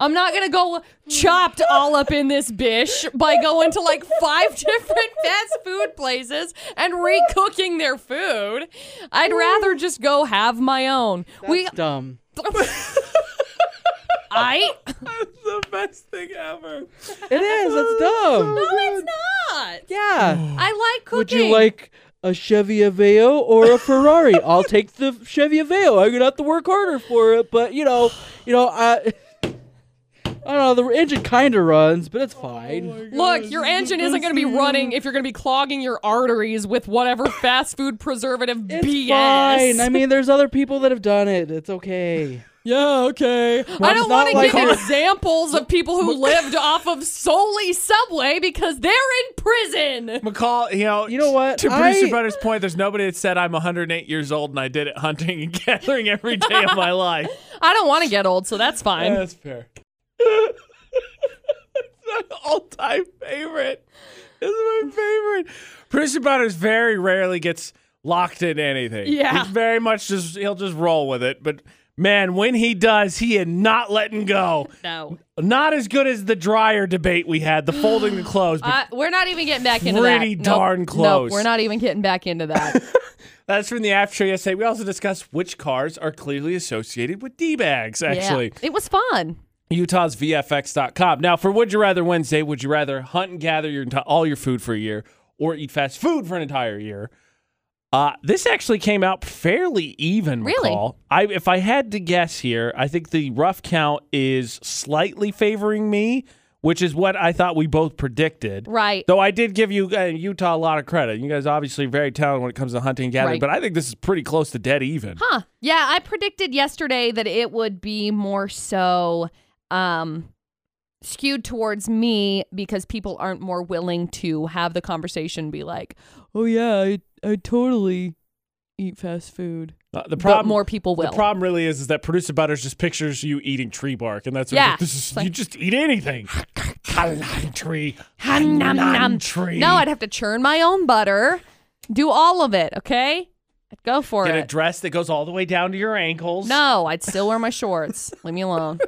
S2: I'm not gonna go chopped all up in this bish by going to like five different fast food places and recooking their food. I'd rather just go have my own. we
S6: That's dumb.
S2: I
S1: the best thing ever.
S6: It is. That's
S2: No,
S6: dumb.
S2: it's not.
S6: Yeah.
S2: I like
S6: Would
S2: cooking.
S6: you like a Chevy Aveo or a Ferrari? I'll take the Chevy Aveo. I'm gonna have to work harder for it, but you know, you know, I. I don't know. The engine kind of runs, but it's fine.
S7: Look, your engine isn't going to be
S6: Mm-hmm.
S7: running if you're going to be clogging your arteries with whatever fast food preservative
S6: It's
S7: BS.
S6: fine. I mean, there's other people that have done it. It's okay.
S7: yeah, okay. I
S6: it's
S7: don't
S6: not
S7: want to
S6: like
S7: give
S6: we're-
S7: examples of people who lived off of solely Subway because they're in prison.
S1: McCall, you know,
S6: You know what?
S1: To producer
S6: I-
S1: Butter's point, there's nobody that said I'm 108 years old and I did it hunting and gathering every day of my life.
S7: I don't want to get old, so that's fine.
S1: that's fair. it's my all-time favorite. It's my favorite. Producer Butters very rarely gets locked in anything.
S7: Yeah.
S1: he's very much just he'll just roll with it. But man, when he does, he is not letting go.
S7: no.
S1: Not as good as the dryer debate we had, the folding the clothes. But
S2: Uh, we're not even getting back into that.
S1: Pretty
S2: Nope.
S1: darn close.
S2: Nope, we're not even getting back into that.
S1: that's from the after show yesterday. We also discussed which cars are clearly associated with d bags. Actually,
S2: Yeah. It was fun.
S1: Utah's VFX.com. Now, for Would You Rather Wednesday, would you rather hunt and gather your enti- all your food for a year or eat fast food for an entire year? Uh, this actually came out fairly even.
S2: Really?
S1: McCall. I, if I had to guess here, I think the rough count is slightly favoring me, which is what I thought we both predicted.
S2: Right.
S1: Though I did give you uh, Utah a lot of credit. You guys obviously very talented when it comes to hunting and gathering,
S2: Right.
S1: but I think this is pretty close to dead even.
S2: Huh. Yeah, I predicted yesterday that it would be more so um skewed towards me because people aren't more willing to have the conversation be like, "Oh yeah, I I totally eat fast food."
S1: Uh, the
S2: But
S1: problem
S2: more people will.
S1: The problem really is, is that producer Butters just pictures you eating tree bark, and that's
S2: Yeah.
S1: like, this is
S2: It's like-
S1: you just eat anything. Halal tree,
S2: Hum, nom, nom.
S1: halal tree.
S2: No, I'd have to churn my own butter, do all of it, okay? I'd go for
S1: get a
S2: it.
S1: dress that goes all the way down to your ankles.
S2: No, I'd still wear my shorts. Leave me alone.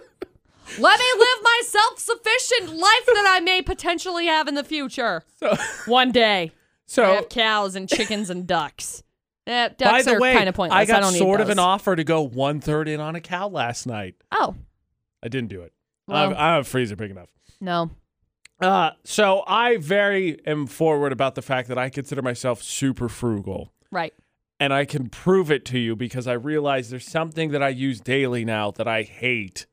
S2: Let me live my self-sufficient life that I may potentially have in the future. One day. I
S1: So
S2: have cows and chickens and ducks. Eh,
S1: by
S2: ducks
S1: the
S2: are
S1: way,
S2: kind of pointless.
S1: I
S2: I,
S1: got
S2: don't need
S1: sort of
S2: those.
S1: an offer to go one third in on a cow last night.
S2: Oh
S1: I didn't do it.
S2: Well.
S1: I'm, I'm a freezer big enough.
S2: no,
S1: Uh, so I very am forward about the fact that I consider myself super frugal.
S2: right?
S1: and I can prove it to you because I realize there's something that I use daily now that I hate,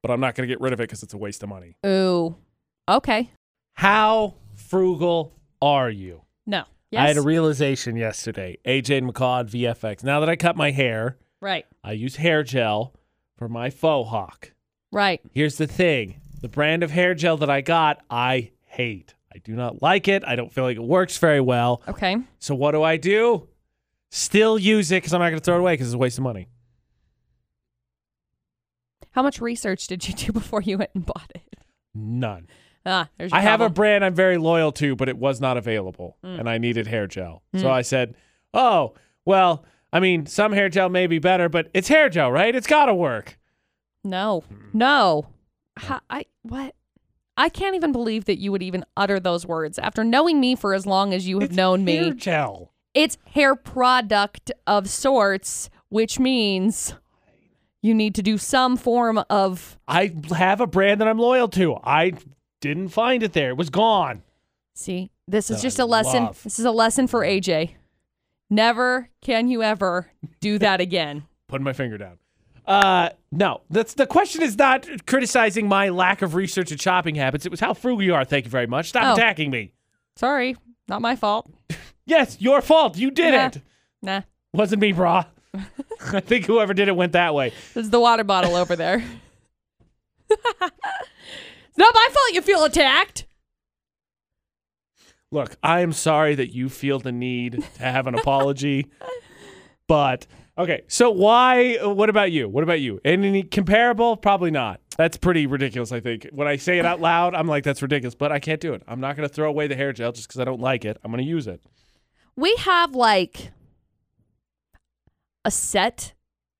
S1: but I'm not going to get rid of it because it's a waste of money.
S2: Ooh, okay.
S1: How frugal are you?
S2: No.
S1: I
S2: Yes.
S1: had a realization yesterday. AJ and McCall at VFX. Now that I cut my hair,
S2: right.
S1: I use hair gel for my faux hawk.
S2: Right.
S1: Here's the thing the brand of hair gel that I got, I hate. I do not like it. I don't feel like it works very well.
S2: Okay.
S1: So what do I do? Still use it because I'm not going to throw it away because it's a waste of money.
S2: How much research did you do before you went and bought it?
S1: None.
S2: Ah, there's. Your
S1: I have a
S2: problem.
S1: brand I'm very loyal to, but it was not available,
S2: Mm.
S1: and I needed hair gel. So I said, "Oh, well, I mean, some hair gel may be better, but it's hair gel, right? It's got to work."
S2: no.
S1: Hmm.
S2: No. How, I what? I can't even believe that you would even utter those words after knowing me for as long as you have
S1: It's
S2: known me.
S1: hair gel.
S2: it's hair product of sorts, which means you need to do some form of
S1: I have a brand that I'm loyal to. I didn't find it there; it was gone.
S2: see. This is
S1: That
S2: just
S1: I
S2: a lesson.
S1: love.
S2: This is a lesson for AJ. Never can you ever do that again.
S1: Putting my finger down. Uh, no, that's the question is not criticizing my lack of research and shopping habits. It was how frugal you are. Thank you very much. Stop
S2: Oh.
S1: attacking me.
S2: Sorry, not my fault.
S1: Yes, your fault. You did
S2: Nah.
S1: it.
S2: Nah,
S1: Wasn't me, brah. I think whoever did it went that way.
S2: this is the water bottle over there. it's not my fault you feel attacked.
S1: Look, I am sorry that you feel the need to have an apology, but okay. So why? What about you? What about you? Any comparable? Probably not. That's pretty ridiculous. I think when I say it out loud, I'm like, that's ridiculous. But I can't do it. I'm not going to throw away the hair gel just because I don't like it. I'm going to use it.
S2: we have like a set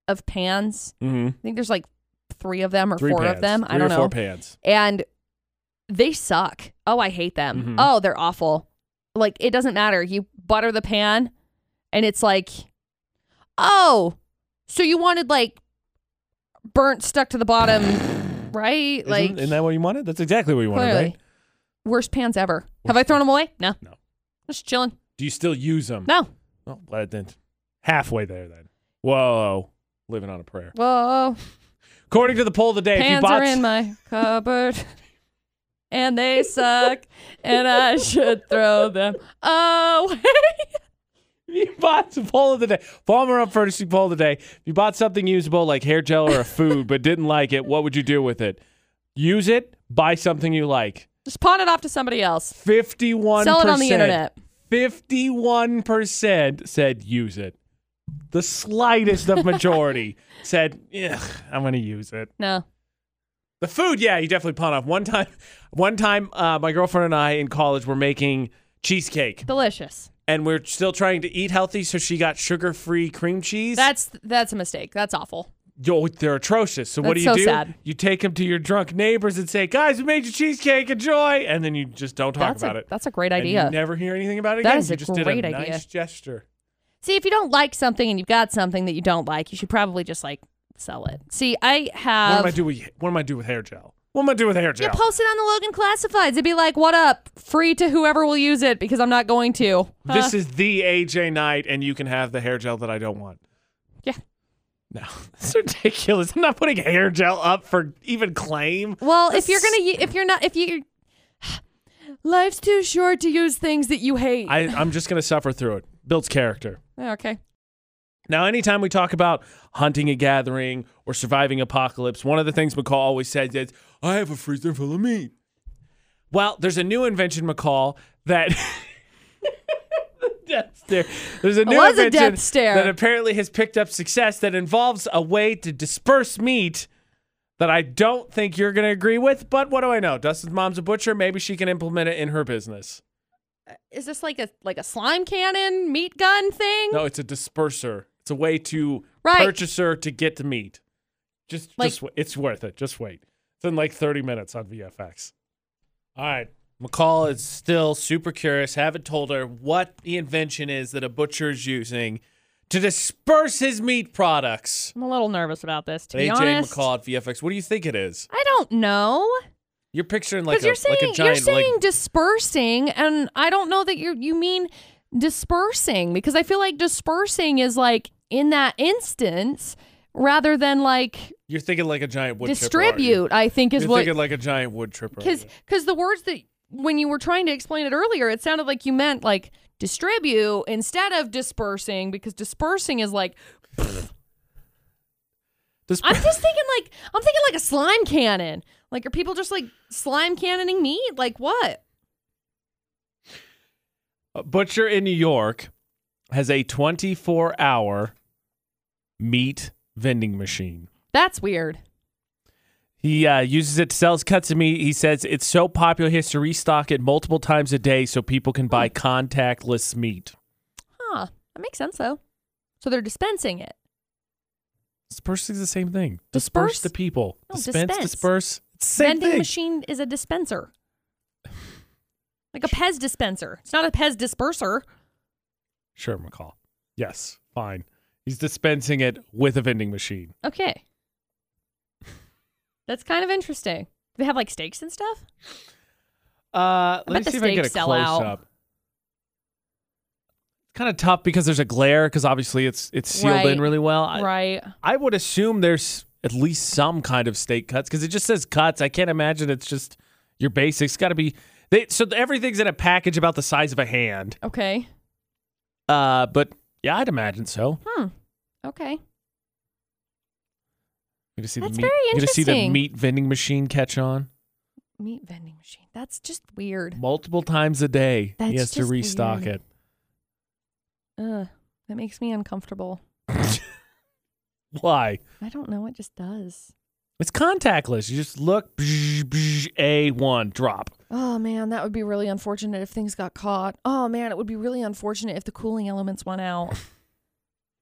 S2: of pans.
S1: Mm-hmm.
S2: I think there's like three of them or
S1: Three
S2: four
S1: pants.
S2: of them.
S1: Three
S2: I don't
S1: or
S2: know.
S1: Four pants.
S2: and they suck. Oh, I hate them.
S1: Mhm.
S2: Oh, they're awful. Like it doesn't matter. You butter the pan and it's like oh, so you wanted like burnt stuck to the bottom, right?
S1: Isn't,
S2: like
S1: isn't that what you wanted? That's exactly what you wanted,
S2: clearly.
S1: right?
S2: Worst pans ever. Have I thrown them away? No.
S1: No.
S2: Just chilling.
S1: Do you still use them?
S2: No.
S1: Well, glad it didn't. Halfway there, then. Whoa, living on a prayer.
S2: Whoa.
S1: According to the poll today, if you
S2: Pants
S1: bought
S2: are in my cupboard, and they suck, and I should throw them away.
S1: You bought some poll of the day. Palmer up furnishing poll today. If you bought something usable like hair gel or a food but didn't like it, what would you do with it? Use it, buy something you like.
S2: Just pawn it off to somebody else.
S1: 51%
S2: Sell it on the internet.
S1: 51% said use it. The slightest of majority said, Ugh, I'm going to use it.
S2: No.
S1: The food, yeah, you definitely pawn off. One time, one time, uh, my girlfriend and I in college were making cheesecake,
S2: Delicious.
S1: and we're still trying to eat healthy, so she got sugar-free cream cheese.
S2: That's that's a mistake. That's awful.
S1: Yo, they're atrocious. So what do
S2: That's
S1: you
S2: so
S1: do?
S2: sad.
S1: You take them to your drunk neighbors and say, "Guys, we made you cheesecake. Enjoy!" And then you just don't talk
S2: that's
S1: about
S2: a
S1: it.
S2: that's a great
S1: And
S2: idea.
S1: you never hear anything about it
S2: That
S1: again.
S2: is
S1: you
S2: a
S1: just did
S2: great
S1: a
S2: idea.
S1: nice gesture.
S2: See, if you don't like something and you've got something that you don't like, you should probably just like sell it. See, I
S1: What
S2: have
S1: am I do with What am I do with hair gel? What am I do with hair
S2: you
S1: gel?
S2: post it on the Logan Classifieds. It'd be like, "What up? Free to whoever will use it because I'm not going to." Huh?
S1: this is the AJ night, and you can have the hair gel that I don't want.
S2: Yeah.
S1: No, it's ridiculous. I'm not putting hair gel up for even claim.
S2: well, if you're gonna, u- if you're not, if you, life's too short to use things that you hate.
S1: I, I'm just gonna suffer through it. Builds character.
S2: Yeah, okay.
S1: Now, anytime we talk about hunting and gathering or surviving apocalypse, one of the things McCall always says is, I have a freezer full of meat. Well, there's a new invention, McCall, that. death stare. There's a new
S2: was a
S1: invention
S2: death stare.
S1: that apparently has picked up success that involves a way to disperse meat that I don't think you're going to agree with, but what do I know? Dustin's mom's a butcher. Maybe she can implement it in her business.
S2: Is this like a like a slime cannon meat gun thing?
S1: No, it's a disperser. It's a way to
S2: Right.
S1: purchaser to get the meat. Just,
S2: Like-
S1: just wait. it's worth it. Just wait. It's in like 30 minutes on VFX. All right. McCall is still super curious. Haven't told her what the invention is that a butcher's using to disperse his meat products.
S2: I'm a little nervous about this. To be
S1: AJ
S2: honest,
S1: McCall at VFX. What do you think it is?
S2: I don't know.
S1: You're picturing like a,
S2: you're saying
S1: like a
S2: you're
S1: giant like,
S2: saying dispersing, and I don't know that you you mean dispersing because I feel like dispersing is like in that instance rather than like
S1: you're thinking like a giant wood Chipper,
S2: distribute. I
S1: aren't
S2: think
S1: you?
S2: is
S1: You're
S2: what
S1: thinking like a giant wood tripper. aren't
S2: because because the words that when you were trying to explain it earlier, it sounded like you meant like distribute instead of dispersing because dispersing is like
S1: you? Disper-
S2: I'm just thinking like I'm thinking like a slime cannon. Like are people just like slime cannoning meat? Like what?
S1: A butcher in New York has a 24 hour meat vending machine.
S2: That's weird.
S1: He uh, uses it to sell his cuts of meat. He says it's so popular, he has to restock it multiple times a day so people can buy contactless meat.
S2: Huh. That makes sense though. So they're dispensing it.
S1: Disperse is the same thing.
S2: Disperse?
S1: Disperse the people.
S2: No,
S1: dispense,
S2: dispense.
S1: disperse. It's the same
S2: Vending
S1: thing.
S2: machine is a dispenser. Like a Pez dispenser. It's not a Pez disperser.
S1: Sure, McCall. Yes, fine. He's dispensing it with a vending machine.
S2: Okay. That's kind of interesting. They have like steaks and stuff?
S1: Uh,
S2: I
S1: let
S2: bet
S1: me
S2: the
S1: see if I can get a
S2: steaks sell
S1: close
S2: out.
S1: up. Kind of tough because there's a glare because obviously it's it's sealed
S2: Right.
S1: in really well. I,
S2: right.
S1: I would assume there's at least some kind of steak cuts because it just says cuts. I can't imagine it's just your basics. Got to be they. So everything's in a package about the size of a hand.
S2: Okay.
S1: Uh, but yeah, I'd imagine so.
S2: Hmm. Okay.
S1: You to see
S2: That's
S1: the meat.
S2: very
S1: You to see the
S2: interesting.
S1: meat vending machine catch on
S2: Meat vending machine. That's just weird.
S1: multiple times a day.
S2: That's
S1: he has to
S2: just
S1: restock
S2: weird.
S1: it.
S2: Ugh. That makes me uncomfortable.
S1: Why?
S2: I don't know. It just does.
S1: It's contactless. You just look, bzz, bzz, A1, drop.
S2: Oh man, that would be really unfortunate if things got caught. Oh man, it would be really unfortunate if the cooling elements went out.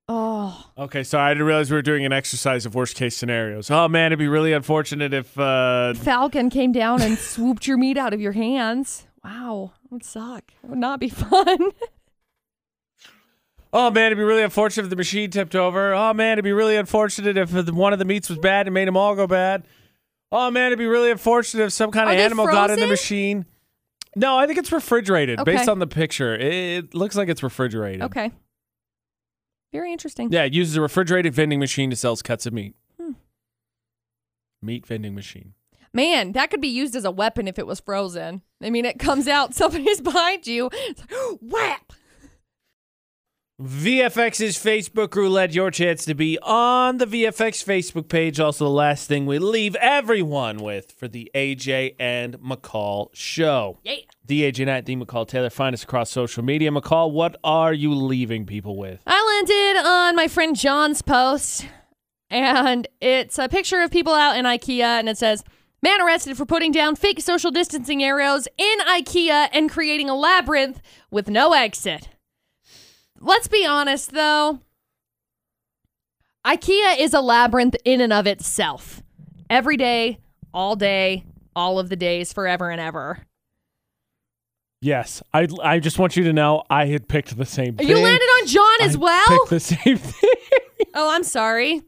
S2: Oh,
S1: Okay, sorry. I didn't realize we were doing an exercise of worst case scenarios. Oh, man, it'd be really unfortunate if. Uh,
S2: falcon came down and swooped your meat out of your hands. Wow, that would suck. It would not be fun.
S1: oh, man, it'd be really unfortunate if the machine tipped over. Oh, man, it'd be really unfortunate if the- one of the meats was bad and made them all go bad. Oh, man, it'd be really unfortunate if some kind
S2: Are
S1: of
S2: they
S1: animal got in the
S2: frozen?
S1: machine. No, I think it's refrigerated based
S2: Okay.
S1: on the picture. It, it looks like it's refrigerated.
S2: okay. Very interesting. Hmm.
S1: Yeah, it uses a refrigerated vending machine to sell cuts of meat. Meat vending machine.
S2: Man, that could be used as a weapon if it was frozen. I mean, it comes out, somebody's behind you. It's like, whap!
S1: VFX's Facebook roulette, your chance to be on the VFX Facebook page. Also, the last thing we leave everyone with for the AJ and McCall show.
S2: Yeah.
S1: The AJ Knight, the McCall Taylor. Find us across social media. McCall, what are you leaving people with?
S2: I landed on my friend John's post, and it's a picture of people out in IKEA, and it says, Man arrested for putting down fake social distancing arrows in IKEA and creating a labyrinth with no exit. Let's be honest, though. IKEA is a labyrinth in and of itself. Every day, all day, all of the days, forever and ever.
S1: Yes, I, I just want you to know I had picked the same
S2: You landed on John as well?
S1: the same thing.
S2: Oh, I'm sorry.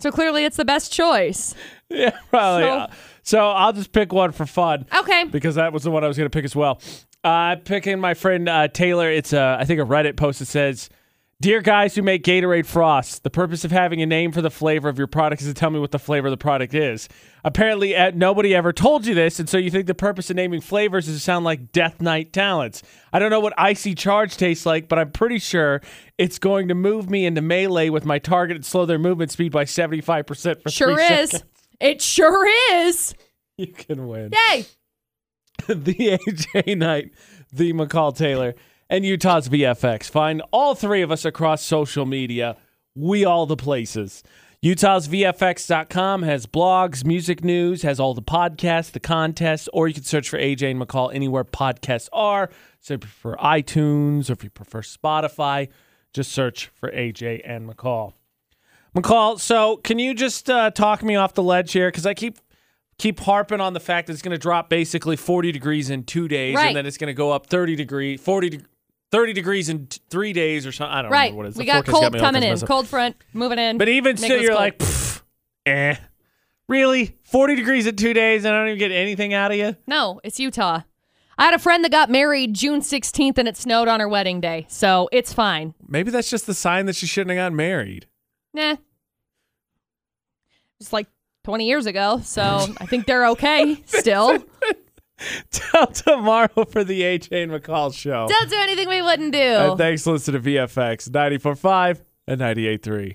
S2: So clearly, it's the best choice.
S1: Oh, yeah, probably.
S2: So-
S1: So, I'll just pick one for fun.
S2: Okay.
S1: because that was the one I was going to pick as well. Uh, picking my friend uh, Taylor. It's uh, I think a Reddit post that says, "Dear guys who make Gatorade Frost, the purpose of having a name for the flavor of your product is to tell me what the flavor of the product is. Apparently, uh, nobody ever told you this, and so you think the purpose of naming flavors is to sound like Death Knight talents. I don't know what icy charge tastes like, but I'm pretty sure it's going to move me into melee with my target and slow their movement speed by 75 percent for
S2: Sure
S1: three
S2: is.
S1: seconds.
S2: It sure is.
S1: You can win.
S2: Yay.
S1: the AJ Knight, the McCall Taylor, and Utah's VFX. Find all three of us across social media. We all the places. Utah's VFX.com has blogs, music news, has all the podcasts, the contests, or you can search for AJ and McCall anywhere podcasts are. So if you prefer iTunes or if you prefer Spotify, just search for AJ and McCall. McCall, so can you just uh, talk me off the ledge here? Because I keep keep harping on the fact that it's going to drop basically 40 degrees in two days,
S2: Right.
S1: and then it's going to go up 30 degree, 40 de- 30 degrees in t- three days or something. I don't
S2: Right.
S1: remember what it is.
S2: We
S1: The
S2: got
S1: forecast
S2: cold
S1: me all
S2: coming
S1: kinds
S2: in.
S1: of messed up.
S2: Cold front moving in.
S1: But even
S2: Making
S1: still,
S2: us
S1: you're
S2: cold.
S1: like, "Pff, eh, really? 40 degrees in two days, and I don't even get anything out of you?
S2: no, it's Utah. I had a friend that got married June 16th and it snowed on her wedding day. So it's fine.
S1: Maybe that's just the sign that she shouldn't have gotten married.
S2: Nah. It's like 20 years ago. So I think they're okay still.
S1: Till tomorrow for the AJ and McCall show.
S2: Don't do anything we wouldn't do.
S1: And thanks, listen to VFX 94.5 and 98.3.